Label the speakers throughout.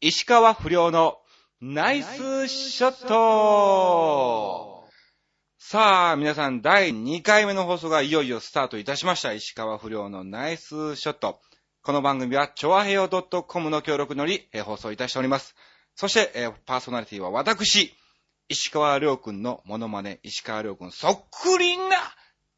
Speaker 1: 石川不良のナイスショットさあ、皆さん、第2回目の放送がいよいよスタートいたしました。石川不良のナイスショット。この番組は、ちょわへよ .com の協力のり、放送いたしております。そして、えー、パーソナリティは私、石川良くんのモノマネ、石川良くんそっくりな、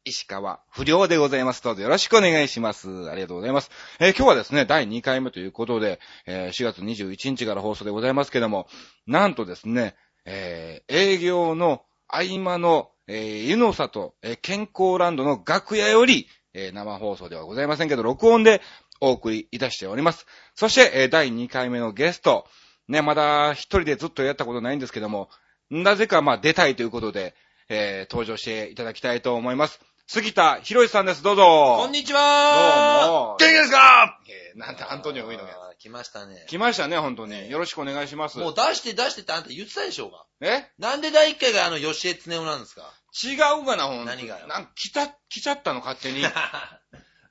Speaker 1: 石川不良でございます。どうぞよろしくお願いします。ありがとうございます。えー、今日はですね、第2回目ということで、えー、4月21日から放送でございますけども、なんとですね、えー、営業の合間の、えー、湯の里、えー、健康ランドの楽屋より、えー、生放送ではございませんけど、録音でお送りいたしております。そして、えー、第2回目のゲスト、ね、まだ一人でずっとやったことないんですけども、なぜかまあ出たいということで、えー、登場していただきたいと思います。杉田博さんです。どうぞ。
Speaker 2: こんにちは
Speaker 1: どうも。元気ですかえー、なんてアントニオウイのや
Speaker 2: つ。来ましたね。
Speaker 1: 来ましたね、ほんとに。よろしくお願いします。
Speaker 2: もう出して出してってあんた言ってたでしょうが。
Speaker 1: え
Speaker 2: なんで第一回があの、吉江恒夫なんですか
Speaker 1: 違うがな、ほんと
Speaker 2: 何がよ
Speaker 1: なんか来た、来ちゃったの、勝手に。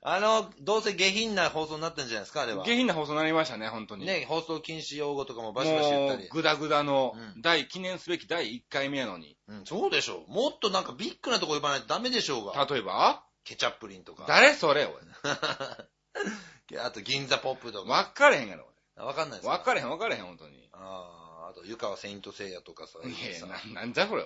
Speaker 2: あの、どうせ下品な放送になったんじゃないですか、あれは。
Speaker 1: 下品な放送になりましたね、本当に。
Speaker 2: ね、放送禁止用語とかもバシバシ言ったり。
Speaker 1: グダグダの、第、記念すべき第1回目やのに。
Speaker 2: うん、そうでしょう。もっとなんかビッグなとこ呼ばないとダメでしょうが。
Speaker 1: 例えば
Speaker 2: ケチャップリンとか。
Speaker 1: 誰それ、おい。
Speaker 2: あと、銀座ポップとか。
Speaker 1: わかれへんやろ、
Speaker 2: 俺。わかんないです
Speaker 1: わかれへん、わかれへん、本当に。
Speaker 2: ああ、あと、湯川セイントセイヤとかさ。
Speaker 1: いや、な、なんじゃこれ、
Speaker 2: い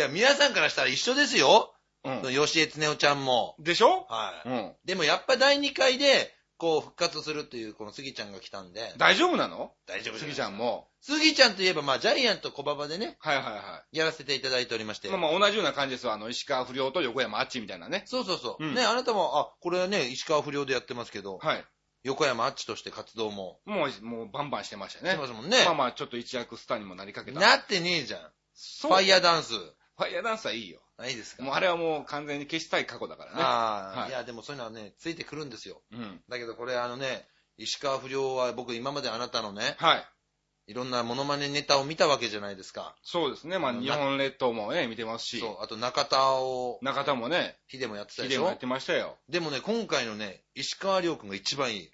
Speaker 2: や、皆さんからしたら一緒ですよ。うん、吉江恒夫ちゃんも。
Speaker 1: でしょ
Speaker 2: はい。
Speaker 1: うん。
Speaker 2: でもやっぱ第2回で、こう復活するっていう、この杉ちゃんが来たんで。
Speaker 1: 大丈夫なの
Speaker 2: 大丈夫
Speaker 1: 杉ちゃんも。
Speaker 2: 杉ちゃんといえば、まあ、ジャイアント小馬場でね。。
Speaker 1: はいはいはい
Speaker 2: やらせていただいておりまして。
Speaker 1: まあまあ、同じような感じですよ。あの、石川不良と横山あっちみたいなね。
Speaker 2: そうそうそう。うん、ね、あなたも、あ、これはね、石川不良でやってますけど。
Speaker 1: はい。
Speaker 2: 横山あっちとして活動も。
Speaker 1: もう、もうバンバンしてましたね。
Speaker 2: してますもんね。
Speaker 1: まあまあ、ちょっと一躍スターにもなりかけた。
Speaker 2: なってねえじゃん。。
Speaker 1: そう
Speaker 2: ファイヤーダンス。
Speaker 1: ファイヤーダンスはいいよ。
Speaker 2: ないですか
Speaker 1: もうあれはもう完全に消したい過去だからね。
Speaker 2: ああ、、
Speaker 1: はい
Speaker 2: いや、でもそういうのはね、ついてくるんですよ。
Speaker 1: うん。
Speaker 2: だけどこれあのね、石川不良は僕今まであなたのね、
Speaker 1: はい。
Speaker 2: いろんなモノマネネタを見たわけじゃないですか。
Speaker 1: そうですね。まあ、日本列島もね、見てますし。
Speaker 2: そう。あと中田を。
Speaker 1: 中田もね。
Speaker 2: ヒデもやってた
Speaker 1: でしょヒデもやってましたよ。
Speaker 2: でもね、今回のね、石川亮君が一番いい。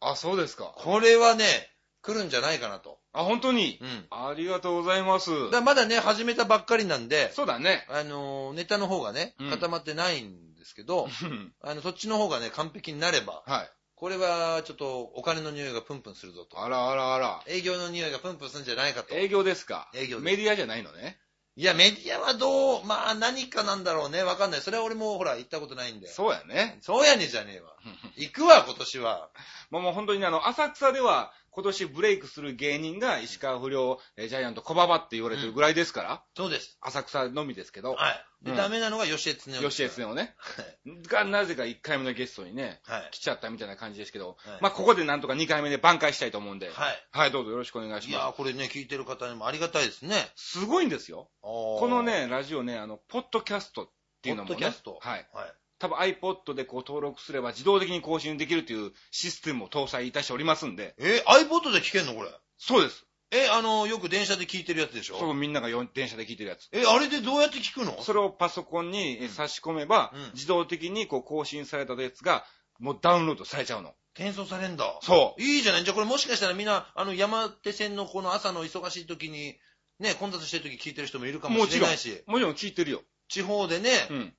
Speaker 1: あ、そうですか。
Speaker 2: これはね、来るんじゃないかなと。
Speaker 1: あ、本当に
Speaker 2: うん。
Speaker 1: ありがとうございます。
Speaker 2: だまだね、始めたばっかりなんで。
Speaker 1: そうだね。
Speaker 2: あの、ネタの方がね、固まってないんですけど、
Speaker 1: うん、
Speaker 2: あの、そっちの方がね、完璧になれば。
Speaker 1: はい。
Speaker 2: これは、ちょっと、お金の匂いがプンプンするぞと。
Speaker 1: あらあらあら。
Speaker 2: 営業の匂いがプンプンするんじゃないかと。
Speaker 1: 営業ですか。
Speaker 2: 営業
Speaker 1: メディアじゃないのね。
Speaker 2: いや、メディアはどう、まあ、何かなんだろうね。わかんない。それは俺も、ほら、行ったことないんで。
Speaker 1: そうやね。
Speaker 2: そうやねじゃ ねえわ。行くわ、今年は。
Speaker 1: まあもう本当にね、あの、浅草では、今年ブレイクする芸人が石川不良、ジャイアント小馬場って言われてるぐらいですから。うん、
Speaker 2: そうです。
Speaker 1: 浅草のみですけど。
Speaker 2: はい。で、うん、ダメなのが吉江恒夫。
Speaker 1: 吉江恒夫ね。。
Speaker 2: はい
Speaker 1: が、なぜか1回目のゲストにね、
Speaker 2: はい。
Speaker 1: 来ちゃったみたいな感じですけど、
Speaker 2: はい、
Speaker 1: まあここでなんとか2回目で挽回したいと思うんで。
Speaker 2: はい。
Speaker 1: はい、どうぞよろしくお願いします。い
Speaker 2: やこれね、聞いてる方にもありがたいですね。
Speaker 1: すごいんですよ。
Speaker 2: こ
Speaker 1: このね、ラジオね、あの、ポッドキャストっていうのも、ね。
Speaker 2: ポッドキャスト
Speaker 1: はい。
Speaker 2: はい
Speaker 1: 多分 iPod でこう登録すれば自動的に更新できるというシステムを搭載いたしておりますんで。
Speaker 2: え、iPod で聞けんのこれ。
Speaker 1: そうです。
Speaker 2: え、あの、よく電車で聞いてるやつでしょ
Speaker 1: そう、みんなが電車で聞いてるやつ。
Speaker 2: え、あれでどうやって聞くの
Speaker 1: それをパソコンに差し込めば、
Speaker 2: うんうん、
Speaker 1: 自動的にこう更新されたやつが、もうダウンロードされちゃうの。
Speaker 2: 転送されんだ。。
Speaker 1: そう
Speaker 2: いいじゃない。じゃあこれもしかしたらみんな、あの、山手線のこの朝の忙しい時に、ね、混雑してる時聞いてる人もいるかもしれないし。
Speaker 1: もちろん聞いてるよ。
Speaker 2: 地方でね、
Speaker 1: うん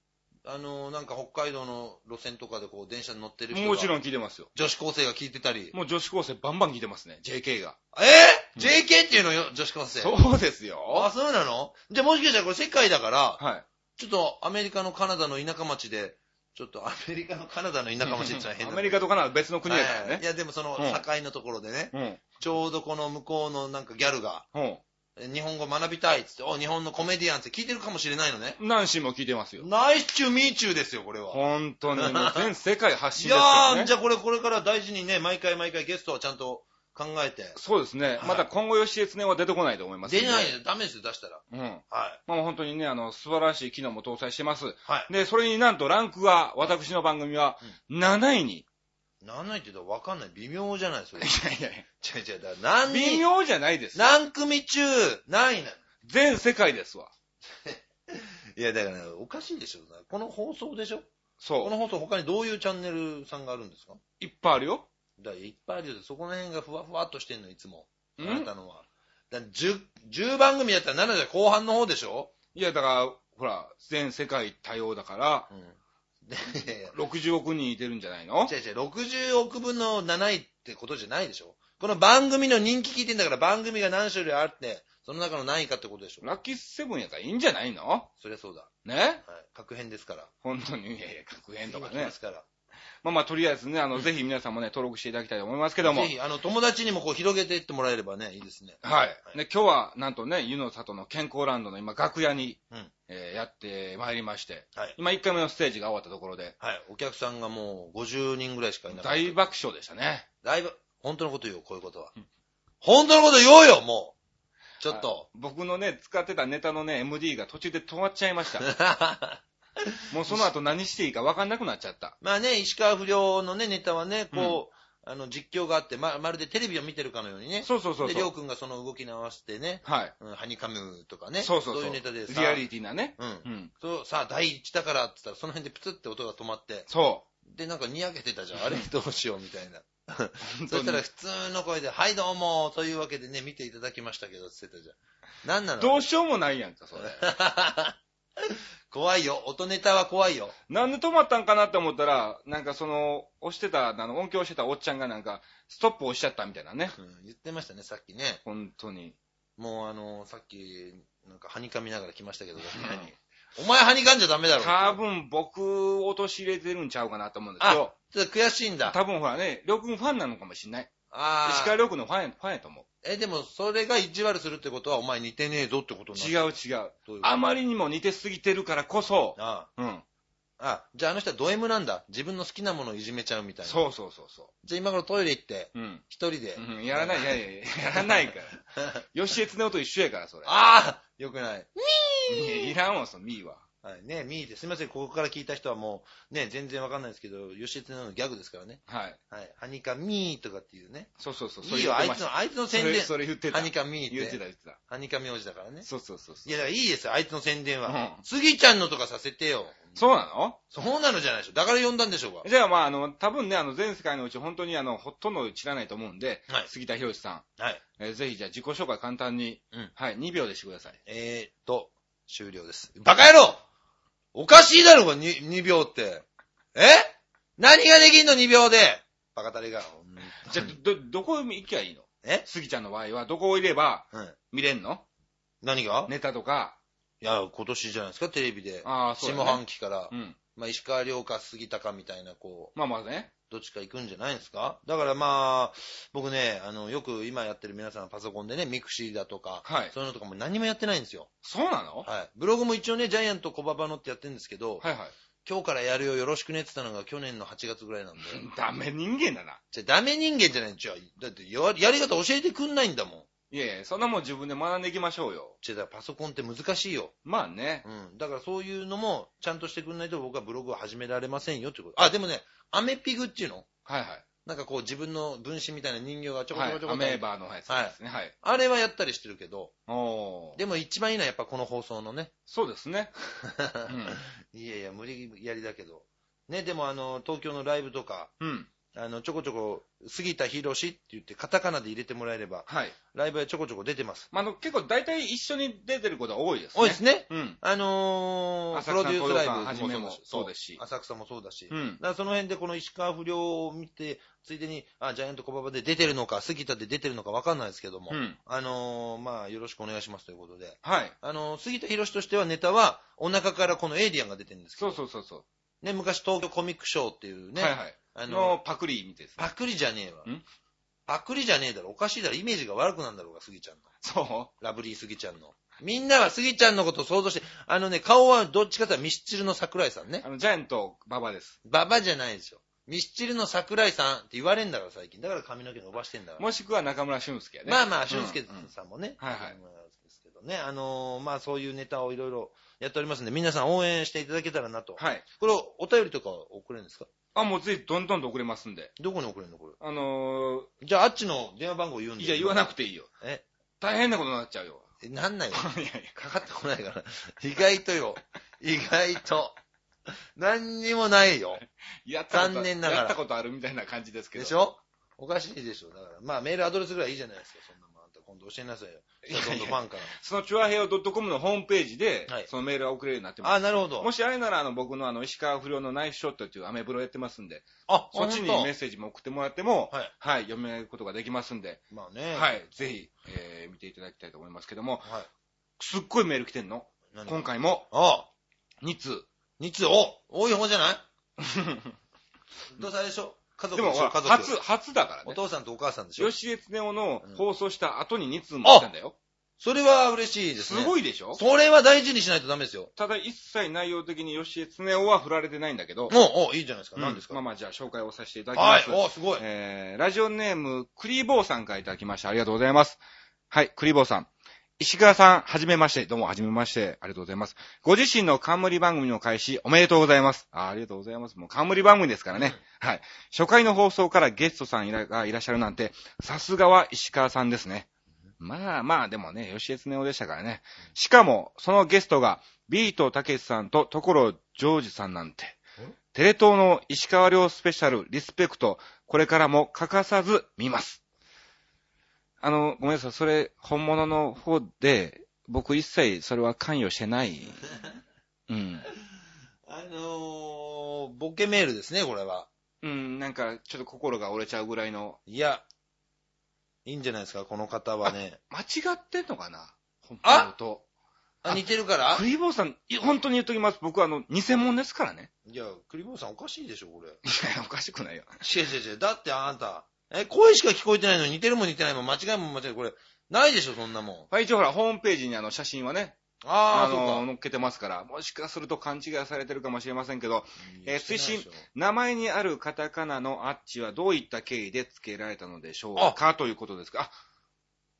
Speaker 2: あの、なんか北海道の路線とかでこう電車に乗ってる
Speaker 1: もちろん聞いてますよ。
Speaker 2: 女子高生が聞いてたり。
Speaker 1: もう女子高生バンバン聞いてますね、JK が。
Speaker 2: えぇ、ー、?JK っていうのよ、女子高生。
Speaker 1: そうですよ。
Speaker 2: あ、そうなのじゃあもしかしたらこれ世界だから、。
Speaker 1: はい
Speaker 2: ちょっとアメリカのカナダの田舎町で、ちょっとアメリカのカナダの田舎町って変
Speaker 1: な。アメリカとカナダ別の国だからね。
Speaker 2: はい、いや、でもその境のところでね、
Speaker 1: うん、
Speaker 2: ちょうどこの向こうのなんかギャルが、
Speaker 1: うん
Speaker 2: 日本語学びたいっつって、お、日本のコメディアンって聞いてるかもしれないのね。
Speaker 1: 何シーンも聞いてますよ。
Speaker 2: ナイスチューミーチューですよ、これは。
Speaker 1: 本当に、もう全世界発信
Speaker 2: ですからね。いやー、じゃあこれ、これから大事にね、毎回毎回ゲストはちゃんと考えて。
Speaker 1: そうですね。
Speaker 2: はい
Speaker 1: また今後吉江常は出てこないと思います、
Speaker 2: 出ないよ、ダメですよ、出したら。
Speaker 1: うん。はい。
Speaker 2: ま
Speaker 1: あ本当にね、あの、素晴らしい機能も搭載してます。
Speaker 2: はい。
Speaker 1: で、それになんとランクが、私の番組は、7位に。
Speaker 2: 何位って言ったら分かんない。微妙じゃないそれ。
Speaker 1: いやいやいや。
Speaker 2: 違う違う。だから何
Speaker 1: 微妙じゃないです。
Speaker 2: 何組中、何位なの
Speaker 1: 全世界ですわ。
Speaker 2: いや、だから、ね、おかしいでしょ。この放送でしょ
Speaker 1: そう。
Speaker 2: この放送他にどういうチャンネルさんがあるんですか
Speaker 1: いっぱいあるよ。
Speaker 2: だからいっぱいあるよ。そこら辺がふわふわっとしてんの、いつも。あ
Speaker 1: ん
Speaker 2: なたのは。だから 10, 10番組やったら7じゃ後半の方でしょ
Speaker 1: いや、だから、ほら、全世界多様だから、
Speaker 2: うん。で、
Speaker 1: 60億人いてるんじゃないの
Speaker 2: 違う違う、60億分の7位ってことじゃないでしょこの番組の人気聞いてんだから番組が何種類あって、その中の何位かってことでしょ
Speaker 1: ラッキーセブンやったらいいんじゃないの
Speaker 2: そりゃそうだ。
Speaker 1: ね
Speaker 2: はい。確変ですから。
Speaker 1: 本当に、いやいや、格言とか
Speaker 2: 今来
Speaker 1: ね
Speaker 2: ま。すから。
Speaker 1: まあまあ、とりあえずね、あの、ぜひ皆さんもね、登録していただきたいと思いますけども。
Speaker 2: ぜひ、あの、友達にもこう広げていってもらえればね、いいですね。
Speaker 1: はい。で、今日は、なんとね、湯の里の健康ランドの今、楽屋に、
Speaker 2: うん
Speaker 1: えーやってまいりまして、
Speaker 2: はい。
Speaker 1: 今1回目のステージが終わったところで、
Speaker 2: はい。お客さんがもう50人ぐらいしかいなかった。
Speaker 1: 大爆笑でしたね。
Speaker 2: だいぶ、本当のこと言おう、こういうことは。本当のこと言おうよ、もう。ちょっと。
Speaker 1: 僕のね、使ってたネタのね、MD が途中で止まっちゃいま した。もうその後何していいか分かんなくなっちゃった。
Speaker 2: まあね、石川不良のね、ネタはね、こう、あの、実況があって、ま、まるでテレビを見てるかのようにね。
Speaker 1: そうそうそう
Speaker 2: で、りょ
Speaker 1: そうう。
Speaker 2: くんがその動きに合わせてね、
Speaker 1: はい。
Speaker 2: うん、ハニカムとかね。
Speaker 1: そうそうそう。
Speaker 2: いうネタでさ。
Speaker 1: リアリティなね。
Speaker 2: うん
Speaker 1: う。ん。
Speaker 2: そう、さあ、第一だからって言ったら、その辺でプツって音が止まって、
Speaker 1: そ
Speaker 2: で、なんかにやけてたじ ゃん。あれどうしようみたいな。
Speaker 1: う。
Speaker 2: そしたら普通の声で、はいどうも、というわけでね、見ていただきましたけど、って言ってたじゃん。なんなの
Speaker 1: どうしようもないやんか、それ。
Speaker 2: 怖いよ。音ネタは怖いよ。
Speaker 1: なんで止まったんかなって思ったら、なんかその、押してた、あの、音響してたおっちゃんがなんか、ストップ押しちゃったみたいなね。
Speaker 2: うん、言ってましたね、さっきね。
Speaker 1: 本当に。
Speaker 2: もうあの、さっき、なんか、はにかみながら来ましたけど、お前はにかんじゃダメだろ。
Speaker 1: 多分僕、落とし入れてるんちゃうかなと思うんですよ。
Speaker 2: ちょっと悔しいんだ。
Speaker 1: 多分ほらね、りょうくんファンなのかもしんない。石
Speaker 2: あ
Speaker 1: 川
Speaker 2: あ。
Speaker 1: りょうくんのファンや、ファンやと思う。
Speaker 2: え、でも、それが意地悪するってことは、お前似てねえぞってことなの
Speaker 1: 違う違う。
Speaker 2: どういうこと
Speaker 1: あまりにも似てすぎてるからこそ、
Speaker 2: あ
Speaker 1: うん。
Speaker 2: あ。あ、じゃああの人はド M なんだ。自分の好きなものをいじめちゃうみたいな。
Speaker 1: そうそうそうそ
Speaker 2: じゃあ今からトイレ行って、
Speaker 1: う。うん。
Speaker 2: 一人で。
Speaker 1: うん、やらない、いやいやいや、やらないから。吉江恒夫と一緒やから、それ。
Speaker 2: ああよくない。
Speaker 1: いやいらんわ、そのミーは。
Speaker 2: はい、ね、ミーです。すみません、ここから聞いた人はもう、ね、全然わかんないですけど、吉江のギャグですからね。
Speaker 1: はい。
Speaker 2: はい。ハニカミーとかっていうね。
Speaker 1: そうそうそう。それ
Speaker 2: いい
Speaker 1: 言
Speaker 2: よ、
Speaker 1: っ
Speaker 2: あ
Speaker 1: て
Speaker 2: い
Speaker 1: ま
Speaker 2: つ
Speaker 1: した
Speaker 2: の、あいつの宣
Speaker 1: それ
Speaker 2: 伝。
Speaker 1: それ言ってた。
Speaker 2: ハニ
Speaker 1: 言
Speaker 2: カミー
Speaker 1: っ
Speaker 2: ってて。
Speaker 1: た、言ってた。
Speaker 2: ハニカミ王子だからね。
Speaker 1: そうそうそうそ。
Speaker 2: いうや、だからいいですよ、あいつの宣伝は。
Speaker 1: うん
Speaker 2: スギちゃんのとかさせてよ。
Speaker 1: そうなの
Speaker 2: そうなのじゃないでしょ。だから呼んだんでしょう
Speaker 1: じゃあ、まあ、あの、多分ね、あの、全世界のうち、本当に、あの、ほとんど知らないと思うんで、
Speaker 2: が。はい。
Speaker 1: 杉田博さん、
Speaker 2: はい。
Speaker 1: えーぜひ、じゃあ、自己紹介簡単に、
Speaker 2: うん
Speaker 1: はい、2秒でしてください。
Speaker 2: えーっと、終了です。バカ野郎おかしいだろ、これ 2, 2秒って。え何ができんの、2秒で。バカタレが。うん
Speaker 1: じゃあ、ど、どこ行きゃいいの
Speaker 2: え
Speaker 1: 杉ちゃんの場合は、どこをいれば
Speaker 2: うん。
Speaker 1: 見れんの
Speaker 2: 何が
Speaker 1: ネタとか、
Speaker 2: いや、今年じゃないですか、テレビで。
Speaker 1: ああ、そうだ、
Speaker 2: 下
Speaker 1: ね。
Speaker 2: 半期から、
Speaker 1: うん。
Speaker 2: まあ、石川遼か杉田かみたいな、こう、
Speaker 1: まあまあね。
Speaker 2: どっちか行くんじゃないですかだからまあ、僕ね、あの、よく今やってる皆さんパソコンでね、ミクシーだとか、
Speaker 1: はい。
Speaker 2: そういうのとかも何もやってないんですよ。
Speaker 1: そうなの、
Speaker 2: はい。ブログも一応ね、ジャイアント小馬場のってやってるんですけ
Speaker 1: は
Speaker 2: ど、
Speaker 1: い、はいはい
Speaker 2: 今日からやるよよろしくねって言ったのが去年の8月ぐらいなんで。
Speaker 1: ダメ人間だな。
Speaker 2: じゃあダメ人間じゃないんちゃうだってや、やり方教えてくんないんだもん。
Speaker 1: いやいや、そんなもん自分で学んでいきましょうよ。
Speaker 2: じゃあだからパソコンって難しいよ。
Speaker 1: まあね。
Speaker 2: うん。だからそういうのも、ちゃんとしてくんないと僕はブログを始められませんよってこと。あ、でもね、アメピグっていうの
Speaker 1: はいはい。
Speaker 2: なんかこう自分の分身みたいな人形がちょこち
Speaker 1: は
Speaker 2: ょ
Speaker 1: い
Speaker 2: こちょ、こ
Speaker 1: ア
Speaker 2: ちょこ
Speaker 1: メーバーの、はい、そうですね。はい。
Speaker 2: あれはやったりしてるけど、
Speaker 1: おー。
Speaker 2: でも一番いいのはやっぱこの放送のね。
Speaker 1: そうですね。うん。
Speaker 2: いやいや、無理やりだけど。ね、でもあの、東京のライブとか、
Speaker 1: うん。
Speaker 2: あの、ちょこちょこ、杉田博士って言ってカタカナで入れてもらえれば、
Speaker 1: はい。
Speaker 2: ライブはちょこちょこ出てます。
Speaker 1: まあ、あの、結構大体一緒に出てることは多いですね。
Speaker 2: 多いですね。
Speaker 1: うん。
Speaker 2: あのー、プ
Speaker 1: 浅草
Speaker 2: ロデュースライブ
Speaker 1: 東洋館はじめもそうですし
Speaker 2: 浅草もそうだし。
Speaker 1: うん。
Speaker 2: だからその辺でこの石川不良を見て、ついでに、あ、ジャイアント小馬場で出てるのか、杉田で出てるのか分かんないですけども、
Speaker 1: うん。
Speaker 2: あのーまあ、よろしくお願いしますということで、
Speaker 1: はい。
Speaker 2: あのー杉田博士としてはネタは、お腹からこのエイリアンが出てるんですけ
Speaker 1: そ
Speaker 2: ど、
Speaker 1: うそうそうそ
Speaker 2: ね、昔東京コミックショーっていう
Speaker 1: う。
Speaker 2: ね、
Speaker 1: はいはい。
Speaker 2: あのー
Speaker 1: の、パクリみたいですね。
Speaker 2: パクリじゃねえわ
Speaker 1: ん。
Speaker 2: パクリじゃねえだろ、おかしいだろ、イメージが悪くなんだろうが、杉ちゃんの。
Speaker 1: そ
Speaker 2: ラブリー杉ちゃんの。みんなは杉ちゃんのことを想像して、あのね、顔はどっちかというとミスチルの桜井さんね
Speaker 1: う。。あの、ジャイアント、馬場です。
Speaker 2: ババじゃないですよ。ミスチルの桜井さんって言われんだから最近。だから髪の毛伸ばしてんだから。
Speaker 1: もしくは中村俊介やね。
Speaker 2: まあまあ、俊
Speaker 1: 俊
Speaker 2: 介さんもね。
Speaker 1: はいはい
Speaker 2: まあですけどね。あのーまあそういうネタをいろいろやっておりますんで、皆さん応援していただけたらなと。
Speaker 1: はい。
Speaker 2: これ、お便りとか送れるんですか
Speaker 1: あ、もうぜひどんどんと送れますんで。
Speaker 2: どこに送れるのこれ。
Speaker 1: あの
Speaker 2: じゃあ、あっちの電話番号言うん
Speaker 1: ー、
Speaker 2: で。
Speaker 1: いや、言わな
Speaker 2: く
Speaker 1: くていいよ。
Speaker 2: え
Speaker 1: 大変なことになっちゃうよ。
Speaker 2: て。なんないよ。
Speaker 1: いやいや。
Speaker 2: かかってこないから。 意外とよ。意外と。何にもないよ。
Speaker 1: やったこと
Speaker 2: 残念ながら
Speaker 1: やったことあるみたいな感じですけど。
Speaker 2: でしょおかしいでしょ。だから、まあメールアドレスぐらいいいじゃないですか。そんなもん。あんた今度教えなさいよ。今度ファンか
Speaker 1: そのチュアヘオ .com のホームページで
Speaker 2: はい、
Speaker 1: そのメールが送れるようになって
Speaker 2: ら。
Speaker 1: ま
Speaker 2: あ、なるほ
Speaker 1: す。
Speaker 2: ど
Speaker 1: も。しあれなら、あの、僕のあの、石川不良のナイスショットっていうアメブロやってますんで、
Speaker 2: あ、
Speaker 1: そっちに
Speaker 2: ほんと
Speaker 1: メッセージも送ってもらっても、
Speaker 2: はい。
Speaker 1: はい、読み上げることができますんで、
Speaker 2: まあね。。
Speaker 1: はいい、ぜひ、えー、見ていただきたいと思いますけども、
Speaker 2: はい。
Speaker 1: すっごいメール来てんの
Speaker 2: 何
Speaker 1: 今。回も、
Speaker 2: あ、
Speaker 1: 2通。
Speaker 2: 2通、お多い方じ ゃないどうせあれでしょ家族
Speaker 1: でも、
Speaker 2: でし
Speaker 1: ほ
Speaker 2: ょ
Speaker 1: ら
Speaker 2: 家族。
Speaker 1: 初、初だから
Speaker 2: お
Speaker 1: ね。
Speaker 2: 父さんとお母さんでしょ
Speaker 1: 吉江恒夫の
Speaker 2: うん
Speaker 1: 放送した後に2通も来たんだよ。
Speaker 2: それは嬉しいです
Speaker 1: す
Speaker 2: ね。い。
Speaker 1: ごいでしょ
Speaker 2: それは大事にしないとダメですよ。
Speaker 1: ただ一切内容的に吉江恒夫は振られてないんだけど、
Speaker 2: おうおういいじゃないですか。
Speaker 1: うん
Speaker 2: 何ですか
Speaker 1: まあまあじゃあ紹介をさせていただきま
Speaker 2: はい
Speaker 1: す。。
Speaker 2: おすごい。
Speaker 1: えー、ラジオネーム、クリボーさんからいただきました。ありがとうございます。はい、クリボーさん。石川さん、はじめまして。どうも、はじめまして。ありがとうございます。ご自身の冠番組の開始、おめでとうございます。あありがとうございます。もう冠番組ですからね。はい。初回の放送からゲストさんいらがいらっしゃるなんて、さすがは石川さんですね。まあまあ、でもね、吉江恒夫でしたからね。しかも、そのゲストが、ビートたけしさんと所ジョージさんなんて
Speaker 2: ん。
Speaker 1: テレ東の石川遼スペシャルリスペクト、これからも欠かさず見ます。あの、ごめんなさい、それ、本物の方で、僕一切それは関与してない。 うん。
Speaker 2: あのー、ボケメールですね、これは。
Speaker 1: うん、なんか、ちょっと心が折れちゃうぐらいの、
Speaker 2: いや、いいんじゃないですか、この方はね。
Speaker 1: 間違ってんのかな本
Speaker 2: あ
Speaker 1: 当と。
Speaker 2: あ、似てるから
Speaker 1: クリボーさん、い本当に言っときます。僕あの、偽物ですからね。
Speaker 2: いや、クリボーさんおかしいでしょ、これ。
Speaker 1: いや、おかしくないよ。
Speaker 2: 違う違う違う。だってあなた、え、声しか聞こえてないのに似てるもん似てないもん、間違いもん間違いもん、これ、ないでしょ、そんなもん。
Speaker 1: はい、一応ほら、ホームページにあの、写真はね、
Speaker 2: ああ、
Speaker 1: の
Speaker 2: そうか。
Speaker 1: 載っけてますから、もしかすると勘違いされてるかもしれませんけど、えー推進
Speaker 2: してないでしょ
Speaker 1: 名前にあるカタカナのアッチはどういった経緯で付けられたのでしょうかということですか。あ、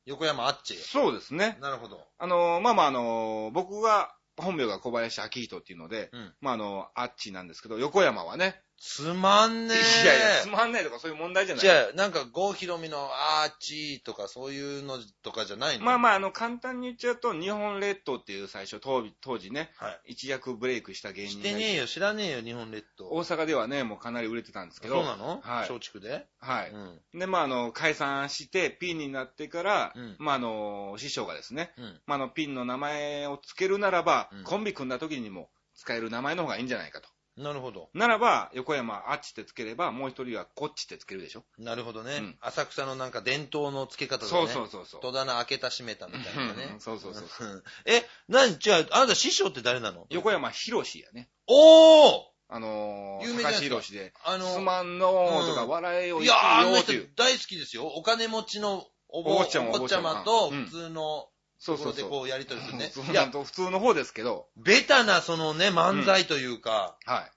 Speaker 2: 横山あっち。
Speaker 1: そうですね。
Speaker 2: なるほど。
Speaker 1: あのーまあまあ、あのー僕が、本名が小林明人っていうので、
Speaker 2: うん
Speaker 1: まあ、あのー、アッチなんですけど、横山はね、
Speaker 2: つまんねえ。
Speaker 1: いやいや、つまんないとかそういう問題じゃない。
Speaker 2: じゃあ、なんか、郷ひろみのアーチとか、そういうのとかじゃないの
Speaker 1: まあまあ、あの、簡単に言っちゃうと、日本列島っていう最初、当時当時ね、
Speaker 2: は
Speaker 1: 一躍ブレイクした芸
Speaker 2: い。し
Speaker 1: 人
Speaker 2: て
Speaker 1: が
Speaker 2: ねえ
Speaker 1: いて
Speaker 2: よ、知らねえよ、日本列島。
Speaker 1: 大阪ではね、もうかなり売れてたんですけ
Speaker 2: そ
Speaker 1: ど、
Speaker 2: うなの
Speaker 1: はい
Speaker 2: 松竹で
Speaker 1: は
Speaker 2: う
Speaker 1: い。
Speaker 2: ん。
Speaker 1: で、まあ、あの、解散して、ピンになってから、
Speaker 2: うん
Speaker 1: まあ、あの、師匠がですね、
Speaker 2: うん。
Speaker 1: まあ、あの、ピンの名前を付けるならば、
Speaker 2: うん
Speaker 1: コンビ組んだ時にも使える名前の方がいいんじゃないかと。
Speaker 2: なるほど。
Speaker 1: ならば、横山あっちってつければ、もう一人はこっちってつけるでしょ、
Speaker 2: なるほどね。
Speaker 1: うん
Speaker 2: 浅草のなんか伝統の付け方だね。
Speaker 1: そうそうそうそう。
Speaker 2: 戸棚開けた閉めたみたいなね
Speaker 1: うん。そうそうそうそ
Speaker 2: ん。え、なに、じゃあ、あなた師匠って誰なの
Speaker 1: 横山博士やね。
Speaker 2: おー
Speaker 1: あのー、
Speaker 2: 有名じゃ
Speaker 1: 高
Speaker 2: な
Speaker 1: 橋
Speaker 2: いですか
Speaker 1: 博士で、
Speaker 2: あ
Speaker 1: す
Speaker 2: の、
Speaker 1: まんのーとか、
Speaker 2: うん
Speaker 1: 笑えよ、
Speaker 2: い
Speaker 1: い
Speaker 2: やー、あ
Speaker 1: よ
Speaker 2: の
Speaker 1: ーって
Speaker 2: 人
Speaker 1: いう。
Speaker 2: 大好きですよ。お金持ちのお坊
Speaker 1: お坊ちゃま
Speaker 2: お坊ちゃま
Speaker 1: お坊
Speaker 2: と
Speaker 1: ちゃま
Speaker 2: 普通の
Speaker 1: そ
Speaker 2: と
Speaker 1: うそ
Speaker 2: ころ
Speaker 1: う
Speaker 2: で
Speaker 1: そう。
Speaker 2: こうやりとりするね
Speaker 1: そう。
Speaker 2: い
Speaker 1: なん
Speaker 2: や、
Speaker 1: と普通の方ですけど、
Speaker 2: ベタなそのね、漫才というか、
Speaker 1: はい。